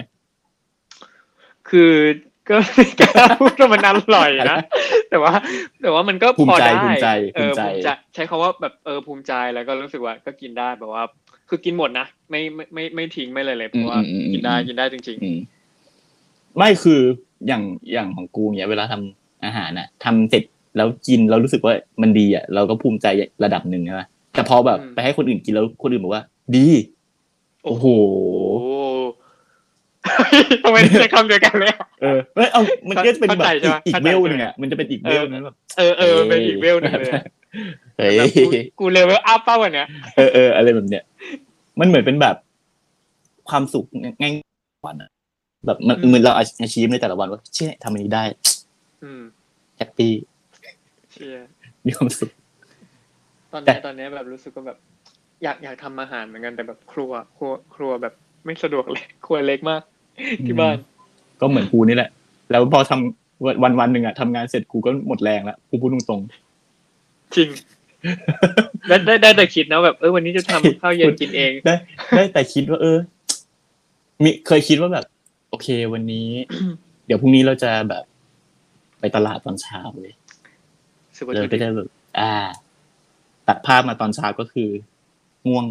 Speaker 3: คือ ก็ไม่กล้าพูดว่ามันอร่อย นะแต่ว่า แต่ว่ามันก็
Speaker 4: ภู
Speaker 3: พ
Speaker 4: มิ
Speaker 3: อ
Speaker 4: ใจ
Speaker 3: ได้
Speaker 4: ภูมิใจ
Speaker 3: เอ
Speaker 4: ภู
Speaker 3: อ
Speaker 4: มิใจ
Speaker 3: ภูมิใจใช้คาว่าแบบเออภูมิใจแล้วก็รู้สึกว่าก็กินได้แบบว่า คือกินหมดนะไม่ไม่ไม่ไม่ทิ้งไม่เลยเลยเพราะว่ากินได้กินได้จริง
Speaker 4: อืมไม่คืออย่างอย่างของกูเนี้ยเวลาทำอาหารน่ะทำเสร็จแล้วกินเรารู้สึกว่ามันดีอ่ะเราก็ภูมิใจระดับหนึ่งใช่ไหมแต่พอแบบ
Speaker 3: อืม
Speaker 4: ไปให้คนอื่นกินแล้วคนอื่นบอกว่า ดี โอ้โห
Speaker 3: ๆ โอ้โห ทำไมใช้คำเดียวกันเลย
Speaker 4: เออเอ้ยเอามันก็จะเป็นแบบ
Speaker 3: เข้าใจใช่
Speaker 4: อีก
Speaker 3: ปะ
Speaker 4: อีก
Speaker 3: เข้าใจ
Speaker 4: เวลหนึ่
Speaker 3: ใช่ไหม
Speaker 4: งอ่ะมันจะเป็นอี กเวลนึงแบบ
Speaker 3: เออเออเป็นอีกเวลหนึงเลยอะ
Speaker 4: เฮ้ย
Speaker 3: แบบกูกูเลเวลอัพเป้าวันเนี้ย
Speaker 4: เออเอออะไรแบบเนี้ยมันเหมือนเป็นแบบความสุขง่ายๆวันอะแบบมัน
Speaker 3: อืม
Speaker 4: เหมือนเราอาชีพในแต่ละวันว่าเชี่ยทำอันนี้ได้
Speaker 3: อืม
Speaker 4: แฮปปี้
Speaker 3: เชีย
Speaker 4: มีความสุข
Speaker 3: ตอน
Speaker 4: แต่
Speaker 3: เนี้ยตอนเนี้ยแบบรู้สึกว่าแบบ อยากอยากทำอาหารเหมือนกันแต่แบบครัว ครัวครัวแบบไม่สะดวกเลย ครัวเล็กมาก ที่บ้าน
Speaker 4: ก็เหมือนกูนี่แหละ แล้วพอทำวันวันๆหนึ่งอะทำงานเสร็จกูก็หมดแรงแล้วกูพูดตรง
Speaker 3: จ ริง ได้ได้ได้แต่คิดนะแบบเออวันนี้จะทำ ข้าวเย็นกินเอง
Speaker 4: ๆ ได้ ได้แต่คิดว่า เออมีเคยคิดว่าแบบ โอเค วันนี้ เดี๋ยวพรุ่งนี้เราจะแบบ ไปตลาดตอนเช้าเลย
Speaker 3: สุภาพ
Speaker 4: เลยก็
Speaker 3: บุรุษ
Speaker 4: จะแบบ อ่า ตัดภาพมาตอนเช้าก็คือง่วง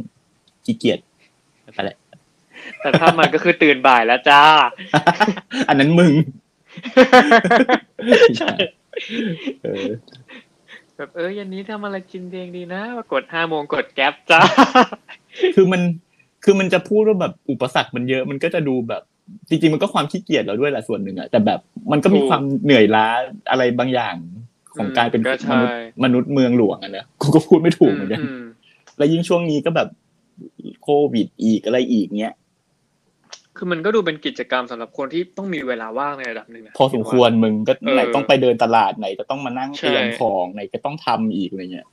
Speaker 4: ขี้เกียจไปแหละ
Speaker 3: แต่ถ้ามันก็คือตื่นบ่ายแล้วจ้า
Speaker 4: อันนั้นมึง
Speaker 3: ใช่
Speaker 4: เออ
Speaker 3: แบบเออเย็นนี้ทำอะไรกินเองดีนะปรากฏห้าโมงกดแก๊ปจ้า
Speaker 4: คือมันคือมันจะพูดว่าแบบอุปสรรคมันเยอะมันก็จะดูแบบ จริงๆมันก็ความขี้เกียจเราด้วยแหละส่วนหนึ่งอะแต่แบบมันก็มี
Speaker 3: ถูก
Speaker 4: ความเหนื่อยล้าอะไรบางอย่างของการเป็น
Speaker 3: อืมก็ใช่
Speaker 4: มนุษย์มนุษย์เมืองหลวงอะนะ กูก็พูดไม่ถูกเหมือนกัน
Speaker 3: ม
Speaker 4: แล้วยิ่งช่วงนี้ก็แบบโควิดอีกอะไรอีกเนี้ย
Speaker 3: คือมันก็ดูเป็นกิจกรรมสำหรับคนที่ต้องมีเวลาว่างในระดับหนึ่งนะ
Speaker 4: พอสมควรมึงก็
Speaker 3: เออ
Speaker 4: ไหนต้องไปเดินตลาดไหนจะต้องมานั่ง
Speaker 3: ใช่
Speaker 4: เตรียมของไหนก็ต้องทำอีกอะไรเงี้ย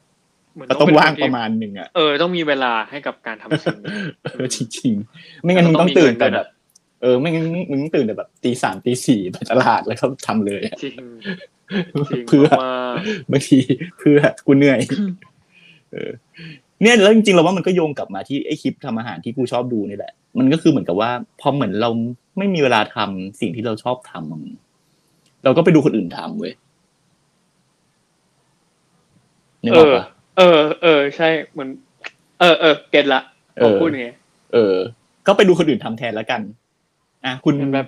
Speaker 3: เหมืน
Speaker 4: ก็ต้อง
Speaker 3: เป็น
Speaker 4: ว่าง
Speaker 3: คนที่
Speaker 4: ประมาณหนึ่งอะ
Speaker 3: เออต้องมีเวลาให้กับการทำสิ่ง นี้
Speaker 4: เออจริงๆไม่งั้นมึงต้องตื่นแต่แบบเออไม่งั้นมึงต้องตื่นแต่แบบตีสามตีสี่ไปตลาดแล้วก็ทำเลยอะ
Speaker 3: จริงจริง
Speaker 4: เพื่อ
Speaker 3: มาก
Speaker 4: บางที เพื่อกูเหนื่อยเออ เนี่ยแล้วจริงๆเราว่ามันก็โยงกลับมาที่ไอ้คลิปทำอาหารที่กูชอบดูนี่แหละ มันก็คือเหมือนกับว่าพอเหมือนเราไม่มีเวลาทำสิ่งที่เราชอบทำมันเราก็ไปดูคนอื่นทำเว้ยนึก
Speaker 3: เอ
Speaker 4: ออก
Speaker 3: อ
Speaker 4: ปะ
Speaker 3: เออ เออ ใช่เหมือนเออเออเก็ตละ
Speaker 4: เออ
Speaker 3: ผมพูดไง
Speaker 4: เออ ก็ไปดูคนอื่นทำแทนแล้วกัน อ่ะคุณ
Speaker 3: เห็นแบบ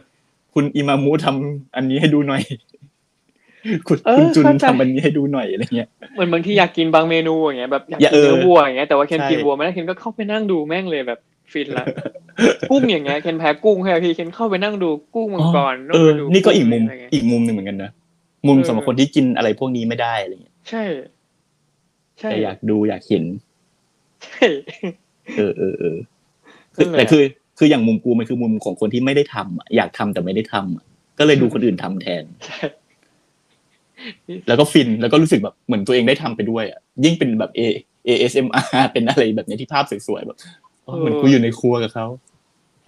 Speaker 4: คุณอิมามูทำอันนี้ให้ดูหน่อย คุณ
Speaker 3: เออ
Speaker 4: คุณจุน
Speaker 3: เข้าใจ
Speaker 4: ทำอันนี้ให้ดูหน่อยอะไรเงี้ย
Speaker 3: เหมือนบางทีอยากกินบางเมนูอย่างเงี้ยแบบอยาก
Speaker 4: อ
Speaker 3: กิ
Speaker 4: ย่าน เออ
Speaker 3: เนื้อวัวอย่างเงี้ยแต่ว่าเคน
Speaker 4: ใช่
Speaker 3: กินวัวไม่ได้เคนก็เข้าไปนั่งดูแม่งเลยแบบฟินละ กุ้งอย่างเงี้ยเคนแพ้กุ้งใช่ไหมพี่เคนเข้าไปนั่งดูกุ้งมังกร
Speaker 4: เออ
Speaker 3: งไปดู
Speaker 4: นี่ก็อีกมุม
Speaker 3: ะไรเงี้ย
Speaker 4: อีกมุมหนึ่งเหมือนกันนะมุม
Speaker 3: เออ
Speaker 4: สำหรับคนที่กินอะไรพวกนี้ไม่ได้อะไรเงี้ย
Speaker 3: ใช่ ใช่
Speaker 4: แต่อยากดูอยากเห็น
Speaker 3: ใช่
Speaker 4: เออเออเออคือ
Speaker 3: นั่นแหละ
Speaker 4: แต่คือ คืออย่างมุมกูมันคือมุมของคนที่ไม่ได้ทำอะอยากทำแต่ไม่ได้ทำอะก็เลยดูคนอื่นทำแทน
Speaker 3: ใช่
Speaker 4: แล้วก็ฟินแล้วก็รู้สึกแบบเหมือนตัวเองได้ทำไปด้วยอ่ะยิ่งเป็นแบบ A ASMR เป็นอะไรแบบเนี้ยที่ภาพสวยๆแบบเออเหมือนกูอยู่ในครัวกับเขา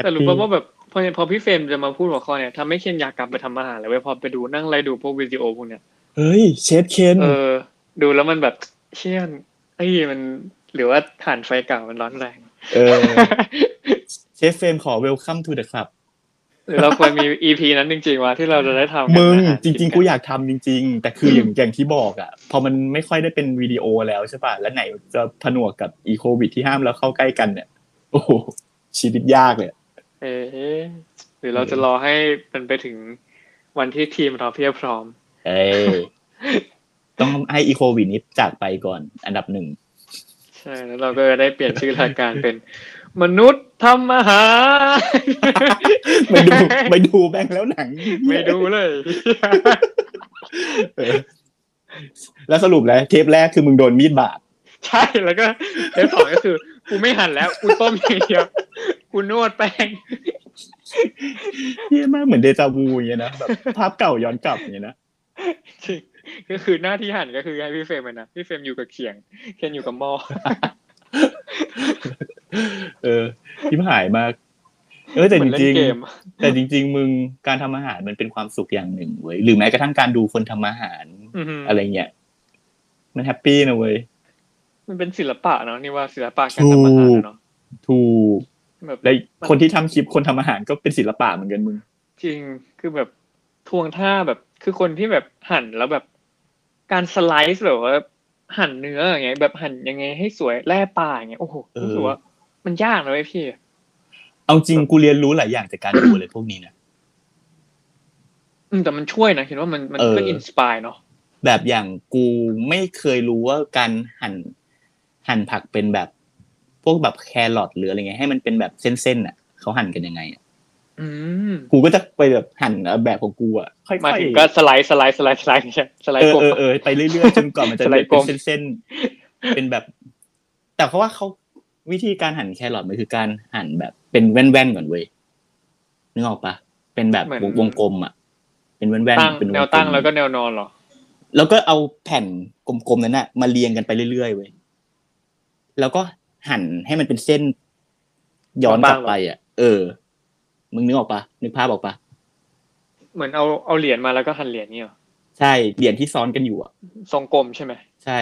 Speaker 3: แต่รู้ป่ะว่า
Speaker 4: แฮปป
Speaker 3: แบบพอพอพี่เฟรมจะมาพูดหัวข้อเนี่ยทำให้เคนอยากกลับไปทำอาหารเลยเว้ยพอไปดูนั่งไล่ดูพวกวิดีโอพวกเนี้ย
Speaker 4: ี้เฮ้ยเชฟเคน
Speaker 3: เออ ดูแล้วมันแบบเชี่ยนไอ้ยมันหรือว่าฐานไฟเก่ามันร้อนแรง
Speaker 4: เออเชฟเฟรมขอ welcome to the club
Speaker 3: หรือเราควรมี EP นั้นจริงๆวะที่เราจะได้ทำน
Speaker 4: มึง
Speaker 3: อาหา
Speaker 4: จริง ๆ กูอยากทำจริง ๆ แต่คืออย่างอย่างที่บอกอ่ะ พอมันไม่ค่อยได้เป็นวิดีโอแล้วใช่ป่ะแล้วไหนจะผนวกกับอีโควิดที่ห้ามแล้วเข้าใกล้กันเนี่ย โอ้โหชีวิตยากเลยอะ
Speaker 3: เอ๊ะหรือเราจะรอให้มันไปถึงวันที่ทีมเราเพียบพร้อม
Speaker 4: เอ้ยต้องให้อีโควิดนี้จากไปก่อนอันดับหนึ่ง
Speaker 3: ใช่แล้วเราก็จะได้เปลี่ยนชื่อรายการเป็น มนุษย์ทำอาหาร
Speaker 4: ไม่ดูไม่ดูแบงค์แล้วหนัง
Speaker 3: ไม่ดูเลย
Speaker 4: เออ แล้วสรุปแล้วเทปแรกคือมึงโดนมีดบาด
Speaker 3: ใช่แล้วก็เทปสองก็คือ กูไม่หั่นแล้ว กูต้มอย่างเดียวกูนวดแป้ง
Speaker 4: เยี่ยมากเหมือนเดจาวูอย่างเงี้ยนะแบบภาพเก่าย้อนกลับอย่างเงี้ยนะ
Speaker 3: จริงก็คือหน้าที่หั่นก็คือให้พี่เฟรมอะนะพี่เฟรมอยู่กับเขียงเคนอยู่กับหม้อ
Speaker 4: เออยิ้มหายมาก เออแต่
Speaker 3: เหมื
Speaker 4: จ
Speaker 3: อน
Speaker 4: ริ
Speaker 3: เล่น
Speaker 4: ง
Speaker 3: เกม
Speaker 4: ๆแต่จริง ๆ มึงการทำอาหารมันเป็นความสุขอย่างหนึ่งเว้ยหรือแม้กระทั่งการดูคนทำอาหาร
Speaker 3: อือหืออ
Speaker 4: อะไรเงี้ยมันแฮปปี้นะเว้ย
Speaker 3: มันเป็นศิลปะเนาะนี่ว่าศิลปะการทำอาหารเนาะ
Speaker 4: ถูก
Speaker 3: แบบ
Speaker 4: และคนที่ทำคลิปคนทำอาหารก็เป็นศิลปะเหมือนกันมึง
Speaker 3: จริงคือแบบทวงท่าแบบคือคนที่แบบหั่นแล้วแบบการสไลซ์แบบว่าหั่นเนื้ออย่างเงี้ยแบบหั่นยังไงให้สวยแล่ปลาอย่างเงี้ยโอ้โห
Speaker 4: เออ
Speaker 3: รู้สึกว่า มันยากนะเว้ยพี่
Speaker 4: เอาจริงกูเรียนรู้หลายอย่างจากการดูอะไรพวกนี้นะ
Speaker 3: อืมแต่มันช่วยนะเห็นว่ามันมัน
Speaker 4: เออ
Speaker 3: ก็อินสปายเนาะ
Speaker 4: แบบอย่างกูไม่เคยรู้ว่าการหั่นหั่นผักเป็นแบบ พวกแบบแครอทหรืออะไรเงี้ยให้มันเป็นแบบเส้นๆอ่ะเขาหั่นกันยังไงอะ
Speaker 3: อืม
Speaker 4: กูก็จะไปแบบหั่นแบบของกูอ่ะค่อย
Speaker 3: มาถึง
Speaker 4: ๆ
Speaker 3: ก็สไลซ์สไลซ์สไลซ์สไลซ์เนี่ยสไล
Speaker 4: เอ
Speaker 3: ซ์
Speaker 4: อก
Speaker 3: บ
Speaker 4: เออเออไปเรื่อยๆจนกว่ามันจะ
Speaker 3: สไลด์กล
Speaker 4: เป็
Speaker 3: ม
Speaker 4: นเส้นๆเป็นแบบ แต่เขาว่าเขาวิธีการหั่นแครอทมันคือการหั่นแบบเป็นแว่นๆก่อนเว้ยนึกออกปะเป็นแบบ
Speaker 3: เหมือน
Speaker 4: วงกลมอ่ะ เป็นแว่น
Speaker 3: ตั้ง
Speaker 4: ๆเป็นง
Speaker 3: แน
Speaker 4: กม
Speaker 3: วตั้งแล้วก็แนวนอนเหรอ
Speaker 4: แล้วก็เอาแผ่นกลมๆนั้นน่ะมาเรียงกันไปเรื่อยๆเว้ย แล้วก็หั่นให้มันเป็นเส้น ย้อนกลับไปอ่ะ เออ มึงนึกออกปะนึกภาพออกปะ
Speaker 3: เหมือนเอาเอาเหรียญมาแล้วก็หั่นเหรียญเนี่ยเหรอ
Speaker 4: ใช่เหรียญที่ซ้อนกันอยู่อ่ะ
Speaker 3: ทรงกลมใช่ไหม
Speaker 4: ใช่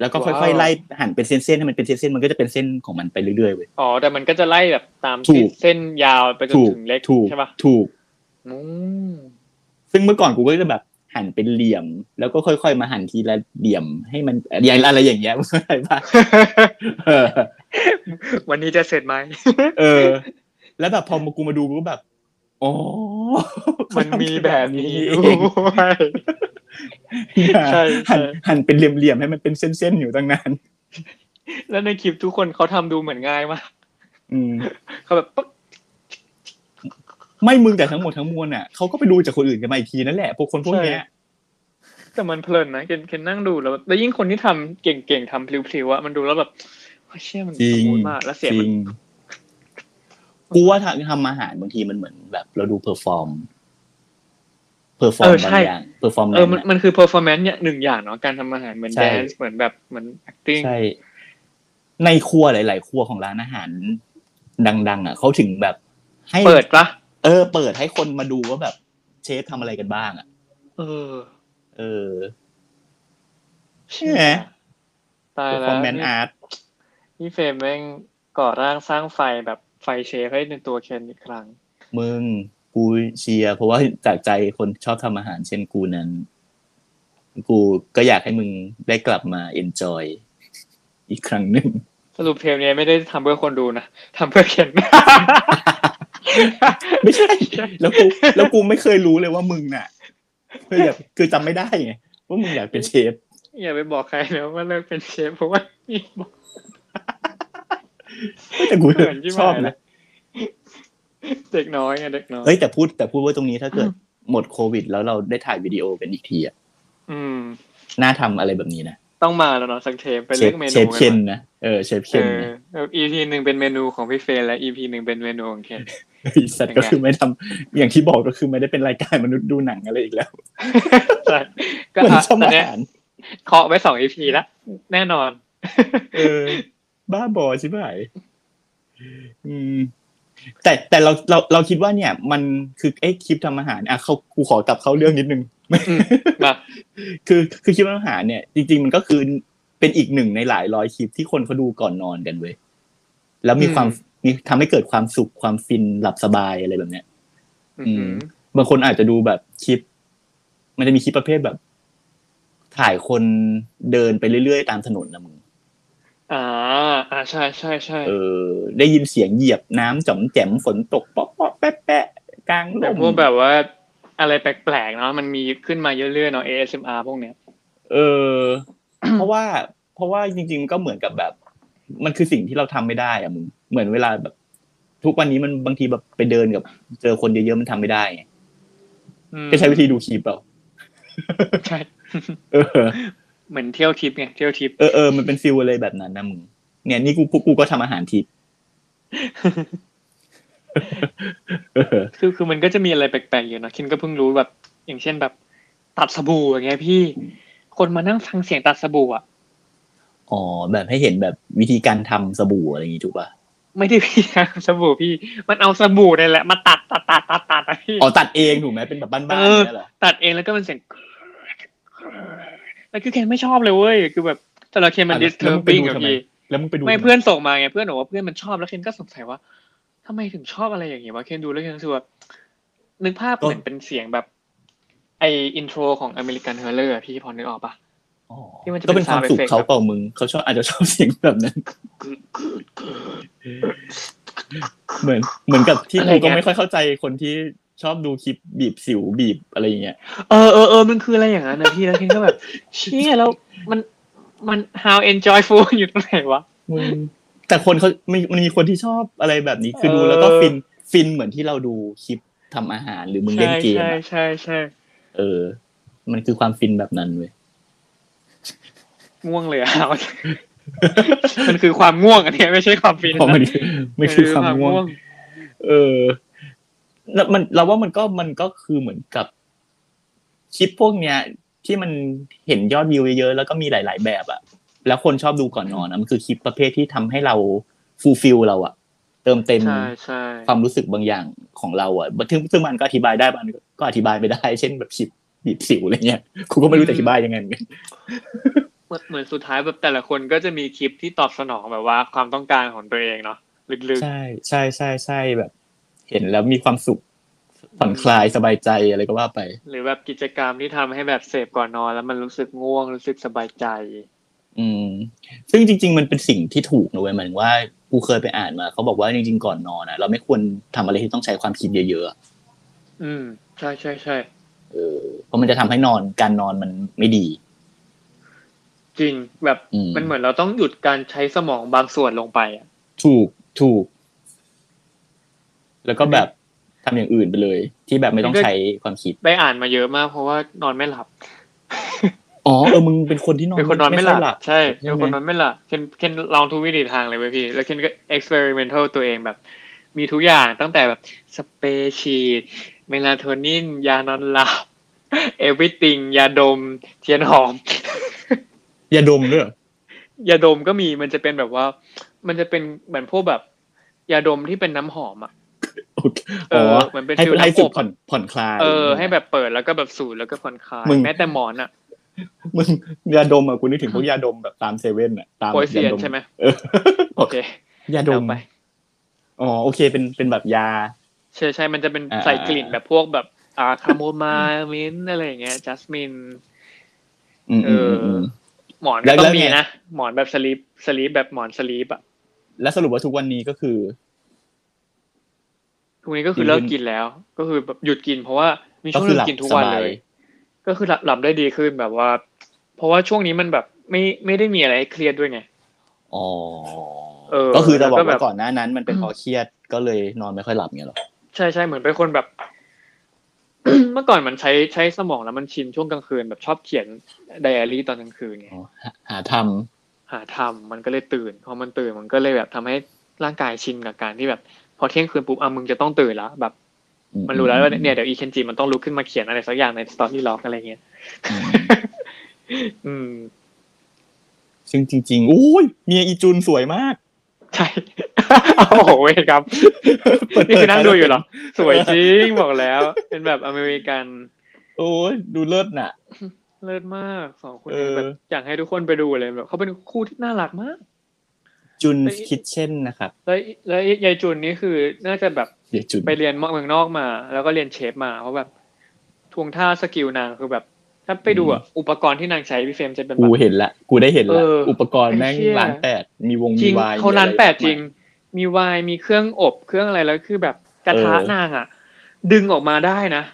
Speaker 4: แล้วก็
Speaker 3: ว้า
Speaker 4: ค่อยว ๆไล่หั่นเป็นเส้นๆให้มันเป็นเส้นๆมันก็จะเป็นเส้นของมันไปเรื่อยๆเว้ย
Speaker 3: อ๋อแต่มันก็จะไล่แบบตาม
Speaker 4: ถู
Speaker 3: ที่
Speaker 4: ก
Speaker 3: เส้นยาวไปจน
Speaker 4: ถูก
Speaker 3: ถึงเล็ก
Speaker 4: ถูก
Speaker 3: ใช่ปะ
Speaker 4: ถูก
Speaker 3: อืม
Speaker 4: ซึ่งเมื่อก่อนกูก็จะแบบหั่นเป็นเหลี่ยม แล้วก็ค่อยๆมาหั่นทีละเหลี่ยมให้มันอะไรอย่างเงี้ยมึ งเข้าใจปะเออ
Speaker 3: วันนี้จะเสร็จไหม
Speaker 4: เออ แล้วแบบพอมากูมาดูกูก็แบบอ๋อ
Speaker 3: มันมีแบบนี้
Speaker 4: เอ
Speaker 3: ด้
Speaker 4: ง
Speaker 3: วย ใช่ใช่
Speaker 4: หั่นหั่นเป็นเหลี่ยมๆให้มันเป็นเส้นๆอยู่ตั้งนาน
Speaker 3: แล้วในคลิปทุกคนเขาทำดูเหมือนง่ายมาก
Speaker 4: อืม
Speaker 3: เขาแบบปึ๊บ
Speaker 4: ไม่มึงแต่ทั้งหมดทั้งมวลอ่ะเขาก็ไปดูจากคนอื่นกันมาอีกทีนั่นแหละพวกคนพวกเนี้ย
Speaker 3: แต่มันเพลินนะเคนเคนนั่งดูแล้วแบบแล้วยิ่งคนที่ทำเก่งๆทำพลิ้วๆอะมันดูแล้วแบบเฮ้ยเชี่ยมัน
Speaker 4: จริง
Speaker 3: สมูทมากแล้วเสียง
Speaker 4: จ
Speaker 3: มั
Speaker 4: ริ
Speaker 3: น
Speaker 4: งกูว่าทำทำอาหารบางทีมันเหมือนแบบ เราดูเพอร์ฟอร์มเพอร์ฟอร์มบางอย่างเพอร์ฟอร์ม
Speaker 3: เออมัน
Speaker 4: อะ
Speaker 3: มันคือ performance เนี่ยหนึ่งอย่างเนาะการทำอาหารเหมือน
Speaker 4: ใช่
Speaker 3: แดนซ์เหมือนแบบเหมือน acting
Speaker 4: ใช่ ในครัวหลาย ๆ ครัวของร้านอาหาร ดัง ๆ อ่ะเขาถึงแบบ ให้
Speaker 3: เปิดปะ
Speaker 4: เออ เปิดให้คนมาดูว่าแบบ เชฟทำอะไรกันบ้างอ่ะ
Speaker 3: เออ
Speaker 4: เออ ใช่ไหม
Speaker 3: ตายแล้ว
Speaker 4: คอมเมนต์
Speaker 3: นี่
Speaker 4: อาร์ต
Speaker 3: นี่เฟรมแม่งก่อร่างสร้างไฟแบบไฟเชฟให้ในตัวเคนอีกครั้ง
Speaker 4: มึงกูเชียร์เพราะว่าจากใจคนชอบทำอาหารเช่นกูนั้น กูก็อยากให้มึงได้กลับมาเอนจอย อีกครั้งห นึ่ง
Speaker 3: สรุปเทปนี้ไม่ได้ทำเพื่อคนดูนะทำเพื่อเคน
Speaker 4: ไม่ใช่ แล้วกู แล้วกูไม่เคยรู้เลยว่ามึงน่ะคือแบบคือจำไม่ได้ไงว่ามึงอยากเป็นเชฟ
Speaker 3: อย่าไปบอกใครนะว่าเลิกเป็นเชฟเพราะว่ามีบอก
Speaker 4: แต่กู
Speaker 3: เหมือนที่
Speaker 4: ชอบ
Speaker 3: ว่านะ
Speaker 4: นะ
Speaker 3: เด็กน้อยไงเด็กน้อย
Speaker 4: เฮ้ยแต่พูดแต่พูดว่าตรงนี้ถ้าเกิดหมดโควิด แล้วเราได้ถ่ายวิดีโอกันอีกทีอ่ะ
Speaker 3: อืม
Speaker 4: น่าทำอะไรแบบนี้นะ
Speaker 3: ต้องมาแล้วเนาะสักเทปไป
Speaker 4: เช
Speaker 3: เลือ
Speaker 4: ฟ
Speaker 3: กเมนู
Speaker 4: เชฟเคนนะเออเชฟเคนนะ
Speaker 3: อีพีหนึ่งเป็นเมนูของพี่เฟนและอีพีหนึ่งเป็นเมนูของเคน
Speaker 4: ไอ้สัตว์ก็คือไม่ทำอย่างที่บอกก็คือไม่ได้เป็นรายการมนุษย์ดูหนังอะไรอีกแล้ว
Speaker 3: ใช่ก็
Speaker 4: เหมือนช
Speaker 3: อ่ะ
Speaker 4: อบ
Speaker 3: แต่
Speaker 4: อา
Speaker 3: เนี้ย
Speaker 4: หาร
Speaker 3: เคาะไว้สองอีพีละแน่นอน
Speaker 4: เออ บ้าบอชิบหายอืม แต่แต่เราเราเราคิดว่าเนี่ย มันคือไอ้คลิปทำอาหาร อ่ะเขากูขอกลับเข้าเรื่องนิดนึง
Speaker 3: อืมมา
Speaker 4: คือคือคลิปอาหารเนี่ย จริง ๆ มันก็คือเป็นอีกหนึ่งในหลายร้อยคลิปที่คนเขาดูก่อนนอนกันเว้ยแล้วมีความมีทำให้เกิดความสุขความฟินหลับสบายอะไรแบบเนี้ย
Speaker 3: อืม
Speaker 4: บางคนอาจจะดูแบบคลิป มันจะมีคลิปประเภทแบบ ถ่ายคนเดินไปเรื่อยๆ ตามถนนนะมึง
Speaker 3: อ่าอ่าใช่ใช่ใช่
Speaker 4: เออ ได้ยินเสียงเหยียบน้ำจ๋อมแจ๋มฝนตกป๊อกป๊อกแป๊ะแป๊ะกลางล
Speaker 3: แต่
Speaker 4: ม
Speaker 3: พวกแบบว่าอะไรแปลกๆเนาะมันมีขึ้นมาเรื่อยๆเนาะ ASMR พวกเนี้ย
Speaker 4: เออ เพราะว่า เพราะว่าจริง ๆ ก็เหมือนกับแบบ มันคือสิ่งที่เราทำไม่ได้อะมึงเหมือนเวลาแบบ ทุกวันนี้มันบางทีแบบไปเดินกับ เจอคนเยอะๆมันทำไม่ได้ไง
Speaker 3: อืม
Speaker 4: ก็ใช้วิธีดูคลิปเอา
Speaker 3: ใช่
Speaker 4: เออ
Speaker 3: เหมือนเที่ยวทิปไงเที่ยวทิป
Speaker 4: เออเออมันเป็นฟิลอะไรแบบนั้นนะมึงเนี่ยนี่กูกูกูก็ทำอาหารทิพย์เออ
Speaker 3: คือคือมันก็จะมีอะไรแปลกๆอยู่เนอะคินก็เพิ่งรู้แบบ อย่างเช่นแบบ ตัดสบู่อย่างเงี้ยพี่ คนมานั่งฟังเสียงตัดสบู่อ่ะ
Speaker 4: อ๋อแบบให้เห็นแบบวิธีการทำสบู่อะไรอย่างงี้ถูกป่ะ
Speaker 3: ไม่ได้พี่ทำสบู่พี่ มันเอาสบู่เนี่ยแหละมาตัดตัดตัดตัดตัดอะพี่
Speaker 4: อ๋อตัดเองถูกไหมเป็นแบบบ้านๆ
Speaker 3: เออ
Speaker 4: เนี่ยเหรอ
Speaker 3: ตัดเองแล้วก็มันเสียงแล้วคือเคนไม่ชอบเลยเว้ยคือแบบแต่เราเคนมันดิสเทอร์บิ้ง
Speaker 4: อ่ะ
Speaker 3: กับ
Speaker 4: แล้วมึงไปดูทำไมแล้วมึงไปดู
Speaker 3: พี่ไม่
Speaker 4: ทำ
Speaker 3: เพื่อนส่งมาไงเพื่อนบอกว่าเพื่อนมันชอบแล้วเคนก็สงสัยว่าทำไมถึงชอบอะไรอย่างเงี้ยวะเคนดูแล้วเคนรู้สึกว่านึกภาพ
Speaker 4: ก็
Speaker 3: เหมือนเป็นเสียงแบบ ไออินโทรของอเมริกันเฮอร์เลอร์พี่พอนึกออกปะ
Speaker 4: อ๋อ
Speaker 3: ที่มันจะเป็
Speaker 4: ก็
Speaker 3: น
Speaker 4: เป็นความ
Speaker 3: sound
Speaker 4: สุข
Speaker 3: effect
Speaker 4: เขาเปล่ามึงเขาชอบอาจจะชอบเสียงแบบนั้น เหมือนเหมือนกับที่
Speaker 3: อะไร
Speaker 4: กู
Speaker 3: เงี้
Speaker 4: ก็
Speaker 3: ย
Speaker 4: ไม่ค่อยเข้าใจคนที่ชอบดูคลิปบีบสิวบีบอะไรอย่างเงี้ย
Speaker 3: เออเออเออมันคืออะไรอย่างนั้นนะพี่แล้วเคนก็แบบ เชี่ยแล้วมันมัน how enjoyful อยู่ตรงไหนวะ
Speaker 4: มึงแต่คนเขาไม่มันมีคนที่ชอบอะไรแบบนี้คือดู
Speaker 3: เออ
Speaker 4: แล้วก็ฟินฟินเหมือนที่เราดูคลิปทำอาหารหรือมึงเล่น
Speaker 3: ใช่
Speaker 4: เกม
Speaker 3: ใช่
Speaker 4: อะ
Speaker 3: ใช่ใช่
Speaker 4: เออ มันคือความฟินแบบนั้นเว้ย
Speaker 3: ง่วงเลยอ่ะ มันคือความง่วงอันเนี้ยไม่ใช่ความฟิน
Speaker 4: เพราะมันคือมันคือความง่วง เออแล้วมันเราว่ามันก็มันก็คือเหมือนกับคลิปพวกเนี้ย ที่มันเห็นยอดวิวเยอะๆแล้วก็มีหลาย ๆ แบบอะ แล้วคนชอบดูก่อนนอนอะมันคือคลิปประเภทที่ทำให้เราฟูลฟิลเราอะเติมเต็ม
Speaker 3: ใช่ใช่
Speaker 4: ความรู้สึกบางอย่างของเราอ่ะซึ่งซึ่งมันก็อธิบายได้มันก็อธิบายไม่ได้ เช่นแบบฉีดบีบสิวอะไรเงี้ยกูก็ไม่รู้จะอธิบายยังไงเหมือนกัน
Speaker 3: เหมือนเหมือนสุดท้ายแบบแต่ละคนก็จะมีคลิปที่ตอบสนองแบบว่าความต้องการของตัวเองเนาะลึก
Speaker 4: ใช่ใช่ใช่ใช่แบบ เห็นแล้วมีความสุขผ่อนคลายสบายใจอะไรก็ว่าไป
Speaker 3: ๆ หรือแบบกิจกรรมที่ทำให้แบบเสพก่อนนอน แล้วมันรู้สึกง่วงรู้สึกสบายใจ
Speaker 4: อืม ซึ่งจริง ๆ มันเป็นสิ่งที่ถูกนะเว้ยหมายถึงว่ากูเคยไปอ่านมาเขาบอกว่าจริง ๆ ก่อนนอนอ่ะ เราไม่ควรทำอะไรที่ต้องใช้ความคิดเยอะๆอะ
Speaker 3: อืม ใช่ใช่ใช่
Speaker 4: เออเพราะมันจะทำให้นอนการนอนมันไม่ดี
Speaker 3: จริงแบบ
Speaker 4: อืม
Speaker 3: มันเหมือนเราต้องหยุดการใช้สมองบางส่วนลงไปอ่ะ
Speaker 4: ถูกถูก แล้วก็แบบทำอย่างอื่นไปเลย ที่แบบไม่ต้องใช้ความคิด
Speaker 3: ได้อ่านมาเยอะมากเพราะว่านอนไม่หลับ
Speaker 4: อ๋อเออมึงเป็นคนที่นอน
Speaker 3: เป็นคนนอนไม่หลั
Speaker 4: ค่ย
Speaker 3: บ ใช่
Speaker 4: ใช่ไหม
Speaker 3: เป็นคนนอนไม่หลับเคนเคนลองทุกวิธีทางเลยเว้ยพี่ แล้วเคนก็เอ็กซ์เพร์เมนทัลตัวเองแบบ มีทุกอย่างตั้งแต่แบบสเปรย์ชีดเมลาโทนิน ยานอนหลับ everything ยาดม เทียนหอม
Speaker 4: อย่าดมด้วยเหรอย
Speaker 3: าดมก็มีมันจะเป็นแบบว่า มันจะเป็นเหมือนพวกแบบ ยาดมที่เป็นน้ำหอมอ่ะ
Speaker 4: โอเค
Speaker 3: เอ
Speaker 4: อ๋
Speaker 3: อ
Speaker 4: อ
Speaker 3: เหมือนเป็น
Speaker 4: ให้
Speaker 3: ฟิล
Speaker 4: ให้
Speaker 3: น้ำ
Speaker 4: สึ
Speaker 3: อก บ
Speaker 4: ผ่อนผ่อนคลาย
Speaker 3: เออ ให้แบบเปิดแล้วก็แบบสูดแล้วก็ผ่อนคลาย
Speaker 4: มึง
Speaker 3: แม้แต่หมอนอ่ะ
Speaker 4: มึงยาดมอ่ะกูนึกถึงพวกยาดมแบบตามเซเว่นอ่ะตาม
Speaker 3: โปรยเซียน
Speaker 4: ยาด
Speaker 3: ใช่ไหม
Speaker 4: เออ
Speaker 3: โอเค
Speaker 4: ยาด
Speaker 3: เดาม ไป
Speaker 4: อ๋อโอเคเป็นเป็นแบบยา
Speaker 3: ใช่ใช่มันจะเป็น
Speaker 4: อ่า
Speaker 3: ใส่กลิ่นแบบพวกแบบอ่าคาโมไมล์มิ้นท์อะไรอย่างเงี้ยจัสมิน
Speaker 4: อืม
Speaker 3: เอ
Speaker 4: อืม
Speaker 3: ออื
Speaker 4: อืม
Speaker 3: หมอน
Speaker 4: แล้
Speaker 3: ก็
Speaker 4: ว
Speaker 3: ต้อ
Speaker 4: แล้ว
Speaker 3: งมี
Speaker 4: ไง
Speaker 3: นะ หมอนแบบสลีปสลีปแบบหมอนสลีปอ่ะ
Speaker 4: แล้วสรุปว่าทุกวันนี้ก็คือ
Speaker 3: ทุกนี้ก็คื
Speaker 4: กิ
Speaker 3: อ
Speaker 4: น
Speaker 3: เลิกกินแล้ว ก็คือแบบหยุดกิน เพราะว่ามีช่วง
Speaker 4: ก็คือก ห
Speaker 3: เลิ
Speaker 4: ลับ
Speaker 3: กินทุกวัน
Speaker 4: สบาย
Speaker 3: เลย ก็คือหลับหลับได้ดีขึ้นแบบว่า เพราะว่าช่วงนี้มันแบบไม่ไม่ได้มีอะไรให้เครียดด้วยไง
Speaker 4: อ๋อ
Speaker 3: เออ
Speaker 4: ก็คือจะบอก
Speaker 3: แล้วก็แบ
Speaker 4: ว่า
Speaker 3: บ
Speaker 4: ก่อนหน้านั้น มันเป็นเพราะเครียดก็เลยนอนไม่ค่อยหลับเงี้ยเหรอ
Speaker 3: ใช่ใช่เหมือนเป็นคนแบบ เมื่อก่อนมันใช้ใช้สมองแล้วมันชินช่วงกลางคืนแบบชอบเขียนไดอารี่ตอนกลางคืนไง
Speaker 4: อ๋อหาหาท
Speaker 3: หาทำมันก็เลยตื่น พอมันตื่นมันก็เลยแบบทำให้ร่างกายชินกับการที่แบบ พอเที่ยงคืนปุ๊บอ่ะมึงจะต้องตื่นละแบบ
Speaker 4: ำอื
Speaker 3: มันรู้แล้วว่าเนี่ยเดี๋ยวอีเคนจิมันต้องลุกขึ้นมาเขียนอะไรสักอย่างในสตอรี่ล็อกอะไรเงี้ย
Speaker 4: อื ม
Speaker 3: อืม
Speaker 4: ซึ่งจริงๆอุ้ยเมียอีจุนสวยมาก
Speaker 3: ใช่ โอ้โหเวรครับ นี่คือนั่งดู อยู่เหรอ สวยจริงบอกแล้ว เป็นแบบอเมริกัน
Speaker 4: โอ้ยดูเลิศน่ะ
Speaker 3: เลิศมากสองคน
Speaker 4: เอ
Speaker 3: นี้
Speaker 4: อ
Speaker 3: แบบอยากให้ทุกคนไปดูเลยแบบเขาเป็นคู่ที่น่ารักมาก
Speaker 4: จุน
Speaker 3: เฮ้ย
Speaker 4: คิทเช่นนะครับ
Speaker 3: แล้วแล้วยายจุนนี่คือน่าจะแบบ
Speaker 4: เดี๋ยวจุน
Speaker 3: ไปเรียนเมืองนอกมา แล้วก็เรียนเชฟมาเพราะแบบทวงท่าสกิลนางคือแบบ ถ้าไปดูอะอุปกรณ์ที่นางใช้พี่เฟรมจะเป็นแบ
Speaker 4: กู
Speaker 3: บ
Speaker 4: เห็นละ กูได้เห็นละ
Speaker 3: เอออุ
Speaker 4: อุปกรณ์แม่ง
Speaker 3: ไอ้เหี้ย
Speaker 4: ร้านแปดมีวง
Speaker 3: จ
Speaker 4: มี
Speaker 3: ริง
Speaker 4: วาย
Speaker 3: เขา
Speaker 4: มีอะไ
Speaker 3: ร้านแปดจริง มีไวายมีเครื่องอบเครื่องอะไรแล้วคือแบบกระทะ
Speaker 4: เออน
Speaker 3: างอะดึงออกมาได้นะ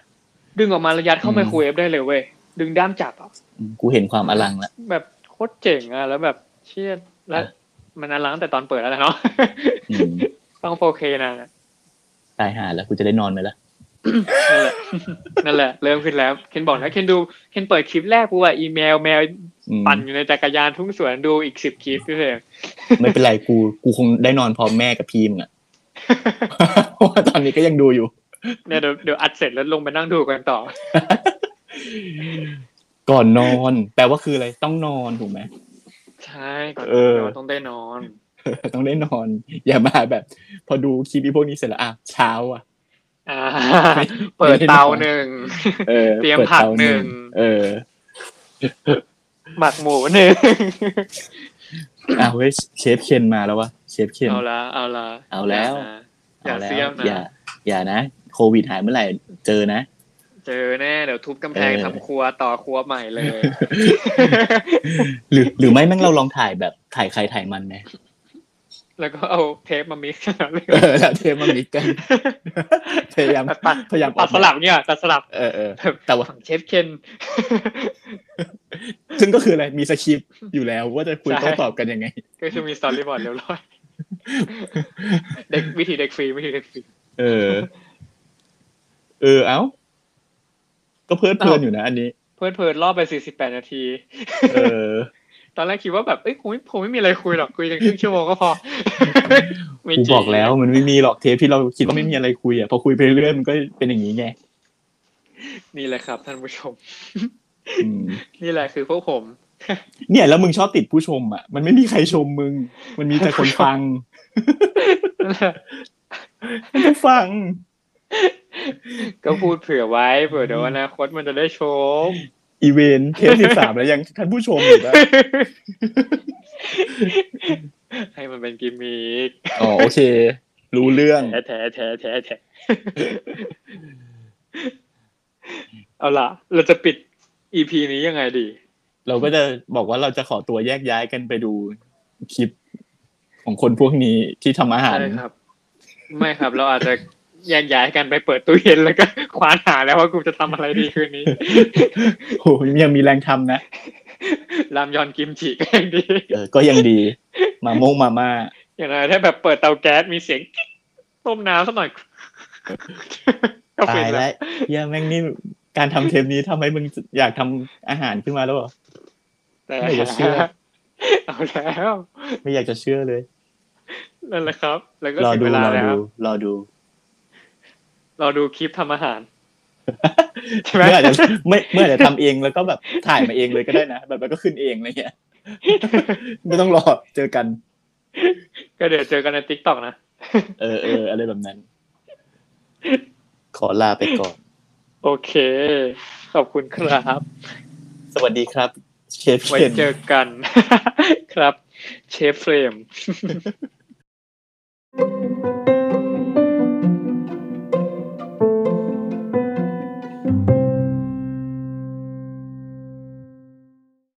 Speaker 3: ดึงออกมาระยัดเข้า
Speaker 4: อืม
Speaker 3: ไมโครเวฟได้เลยเว้ยดึงด้ามจับอะ
Speaker 4: อืมกูเห็นความอลังละ
Speaker 3: แบบโคตรเจ๋งอะแล้วแบบเชี่ยและ
Speaker 4: อ่ะ
Speaker 3: มันอลังตั้งแต่ตอนเปิดแล้วแหละเนาะ
Speaker 4: อืม
Speaker 3: ต้องโฟเคนางอะ
Speaker 4: ตายหาแล้วกูจะได้นอนไหมล่ะ
Speaker 3: นั่นแหละ นั่นแหละ เริ่มขึ้นแล้วเคนบอกนะเคนดูเคนเปิดคลิปแรกกูอะอีเมลแมว
Speaker 4: อืม
Speaker 3: ปั่นอยู่ในจักรยานทุ่งสวนดูอีกสิบคลิปพี่เพลง
Speaker 4: ไม่เป็นไรกูกูคงได้นอนพร้อมแม่กับพีมอ่ะ เพราะว่าตอนนี้ก็ยังดูอยู่
Speaker 3: เนี่ยเดี๋ยวเดี๋ยวอัดเสร็จแล้วลงไปนั่งดูกันต่อ
Speaker 4: ก่อนนอน แปลว่าคืออะไรต้องนอนถูกไหม
Speaker 3: ใช่ก่อน
Speaker 4: เออ
Speaker 3: นอนต้องได้นอน
Speaker 4: ต้องได้นอน อย่ามาแบบ พอดูคลิปอีพวกนี้เสร็จแล้วอ่ะเช้าอ่ะ
Speaker 3: อ่า
Speaker 4: ไม่
Speaker 3: เปิดเตาหนึ่ง
Speaker 4: ออ
Speaker 3: เตรียม
Speaker 4: ปิด
Speaker 3: ผัก
Speaker 4: ตา
Speaker 3: หนึ่ง
Speaker 4: เออ
Speaker 3: หมักหมูหนึ่ง
Speaker 4: อ้าวเว้ยเชฟเคนมาแล้ววะเชฟเคน
Speaker 3: เอาละเอาละ
Speaker 4: เอาแล้ว
Speaker 3: อย่า
Speaker 4: เ
Speaker 3: เสียม
Speaker 4: อย่า
Speaker 3: นะ
Speaker 4: อย่านะ โควิดหายเมื่อไหร่เจอนะ
Speaker 3: เจอแน่เดี๋ยวทุบกำแพง
Speaker 4: เออ
Speaker 3: ทำครัวต่อครัวใหม่เลย
Speaker 4: หรือหรือไม่แม่งเราลองถ่ายแบบถ่ายใครถ่ายมันไหม
Speaker 3: แล้วก็เอาเทปมามิกซ์กันเลย
Speaker 4: เออแล้วเทปมันมิก กัน พยายาม
Speaker 3: ตัด
Speaker 4: พยายาม
Speaker 3: ตัดสลับเนี่ยตัดสลับ
Speaker 4: เออเออ
Speaker 3: แบบ
Speaker 4: แต่ว่า
Speaker 3: ฝั่งเชฟเคน
Speaker 4: ซึ่งก็คืออะไรมีสคริปต์อยู่แล้วว่าจะคุยโต้ตอบกันยังไง
Speaker 3: ก็คือมีสตอรี่บอร์ดเรียบ ร้อยเด็กวิธีเด็กฟรีวิธีเด็กฟรี
Speaker 4: เออ เออเอ้า ก็เพลิดเพลินอยู่นะอันนี้
Speaker 3: เพื่อนเพลินรอบไป 48 นาที
Speaker 4: เออ
Speaker 3: ตอนแรกคิดว่าแบบ เอ้ยคงไม่ผมไม่มีอะไรคุยหรอก คุยกันครึ่งชั่วโมงก็พอ ไม่
Speaker 4: กู
Speaker 3: จริง
Speaker 4: บอกแล้วมันไม่มีหรอกเทปที่เราคิดว่าไม่มีอะไรคุยอ่ะพอคุยไปเรื่อยๆมันก็เป็นอย่างนี้ไง
Speaker 3: นี่แหละครับท่านผู้ชม
Speaker 4: อืม
Speaker 3: นี่แหละคือพวกผม
Speaker 4: เนี่ยแล้วมึงชอบติดผู้ชมอ่ะมันไม่มีใครชมมึง มันมีแต่คนฟังฟัง
Speaker 3: ก็พูดเผื่อไว้เผื่อเดี๋ยวอนาคตมันจะได้ชม
Speaker 4: อีเวนเทปสิบสามแล้วยังท่านผู้ชมอยู่ป่ะ
Speaker 3: ให้มันเป็นกิมมิค
Speaker 4: อ๋อโอเค รู้เรื่อง
Speaker 3: แถแถแถแถแถ เอาล่ะ เราจะปิด EP นี้ยังไงดี
Speaker 4: เราก็จะบอกว่าเราจะขอตัวแยกย้ายกันไปดูคลิปของคนพวกนี้ที่ทำอาหาร
Speaker 3: ใช่ครับ ไม่ครับ เราอาจจะแยกย้ายกันไปเปิดตู้เย็นแล้วก็ควานหาแล้วว่ากูจะทำอะไรดีคืนนี้
Speaker 4: โอ้ยยังมีแรงทำนะ
Speaker 3: รามยอนกิมจิก็ยังดี
Speaker 4: เออ ก็ยังดี มาโมงมาม่า
Speaker 3: อย่างไรถ้าแบบเปิดเตาแก๊สมีเสียงกิ๊กต้มน้ำสักหน่อยก็
Speaker 4: ตา
Speaker 3: ฟิน
Speaker 4: ยแล้
Speaker 3: แล้
Speaker 4: ว วเฮียแม่งนี่การทำเทปนี้ทำให้มึงอยากทำอาหารขึ้นมาแล้วเหรอ
Speaker 3: แต่
Speaker 4: ไม่อยากเชื่อ
Speaker 3: เอาแล้ว
Speaker 4: ไม่อยากจะเชื่อเลย
Speaker 3: นั่นแหละครับ แล้วก็
Speaker 4: รอ
Speaker 3: ถึง
Speaker 4: ดู
Speaker 3: เว
Speaker 4: ร
Speaker 3: ลา
Speaker 4: อ
Speaker 3: แล้ว
Speaker 4: ดูรอดู
Speaker 3: เราดูคลิปทำอา หาร ใช่ไหม
Speaker 4: เมื่ออาจจะไม่เมื่ออาจจะทำเองแล้วก็แบบถ่ายมาเองเลยก็ได้นะแบบมันก็ขึ้นเองอะไรเงี้ย ไม่ต้องรอเจอกัน
Speaker 3: ก็เดี๋ยวเจอกันในทิกตอกนะ
Speaker 4: เออเอออะไรแบบนั้น ขอลาไปก่อน
Speaker 3: โอเค ขอบคุณครับ
Speaker 4: สวัสดีครับ เชฟ
Speaker 3: ไว้
Speaker 4: เคน
Speaker 3: เจอกัน ครับ เชฟเฟรม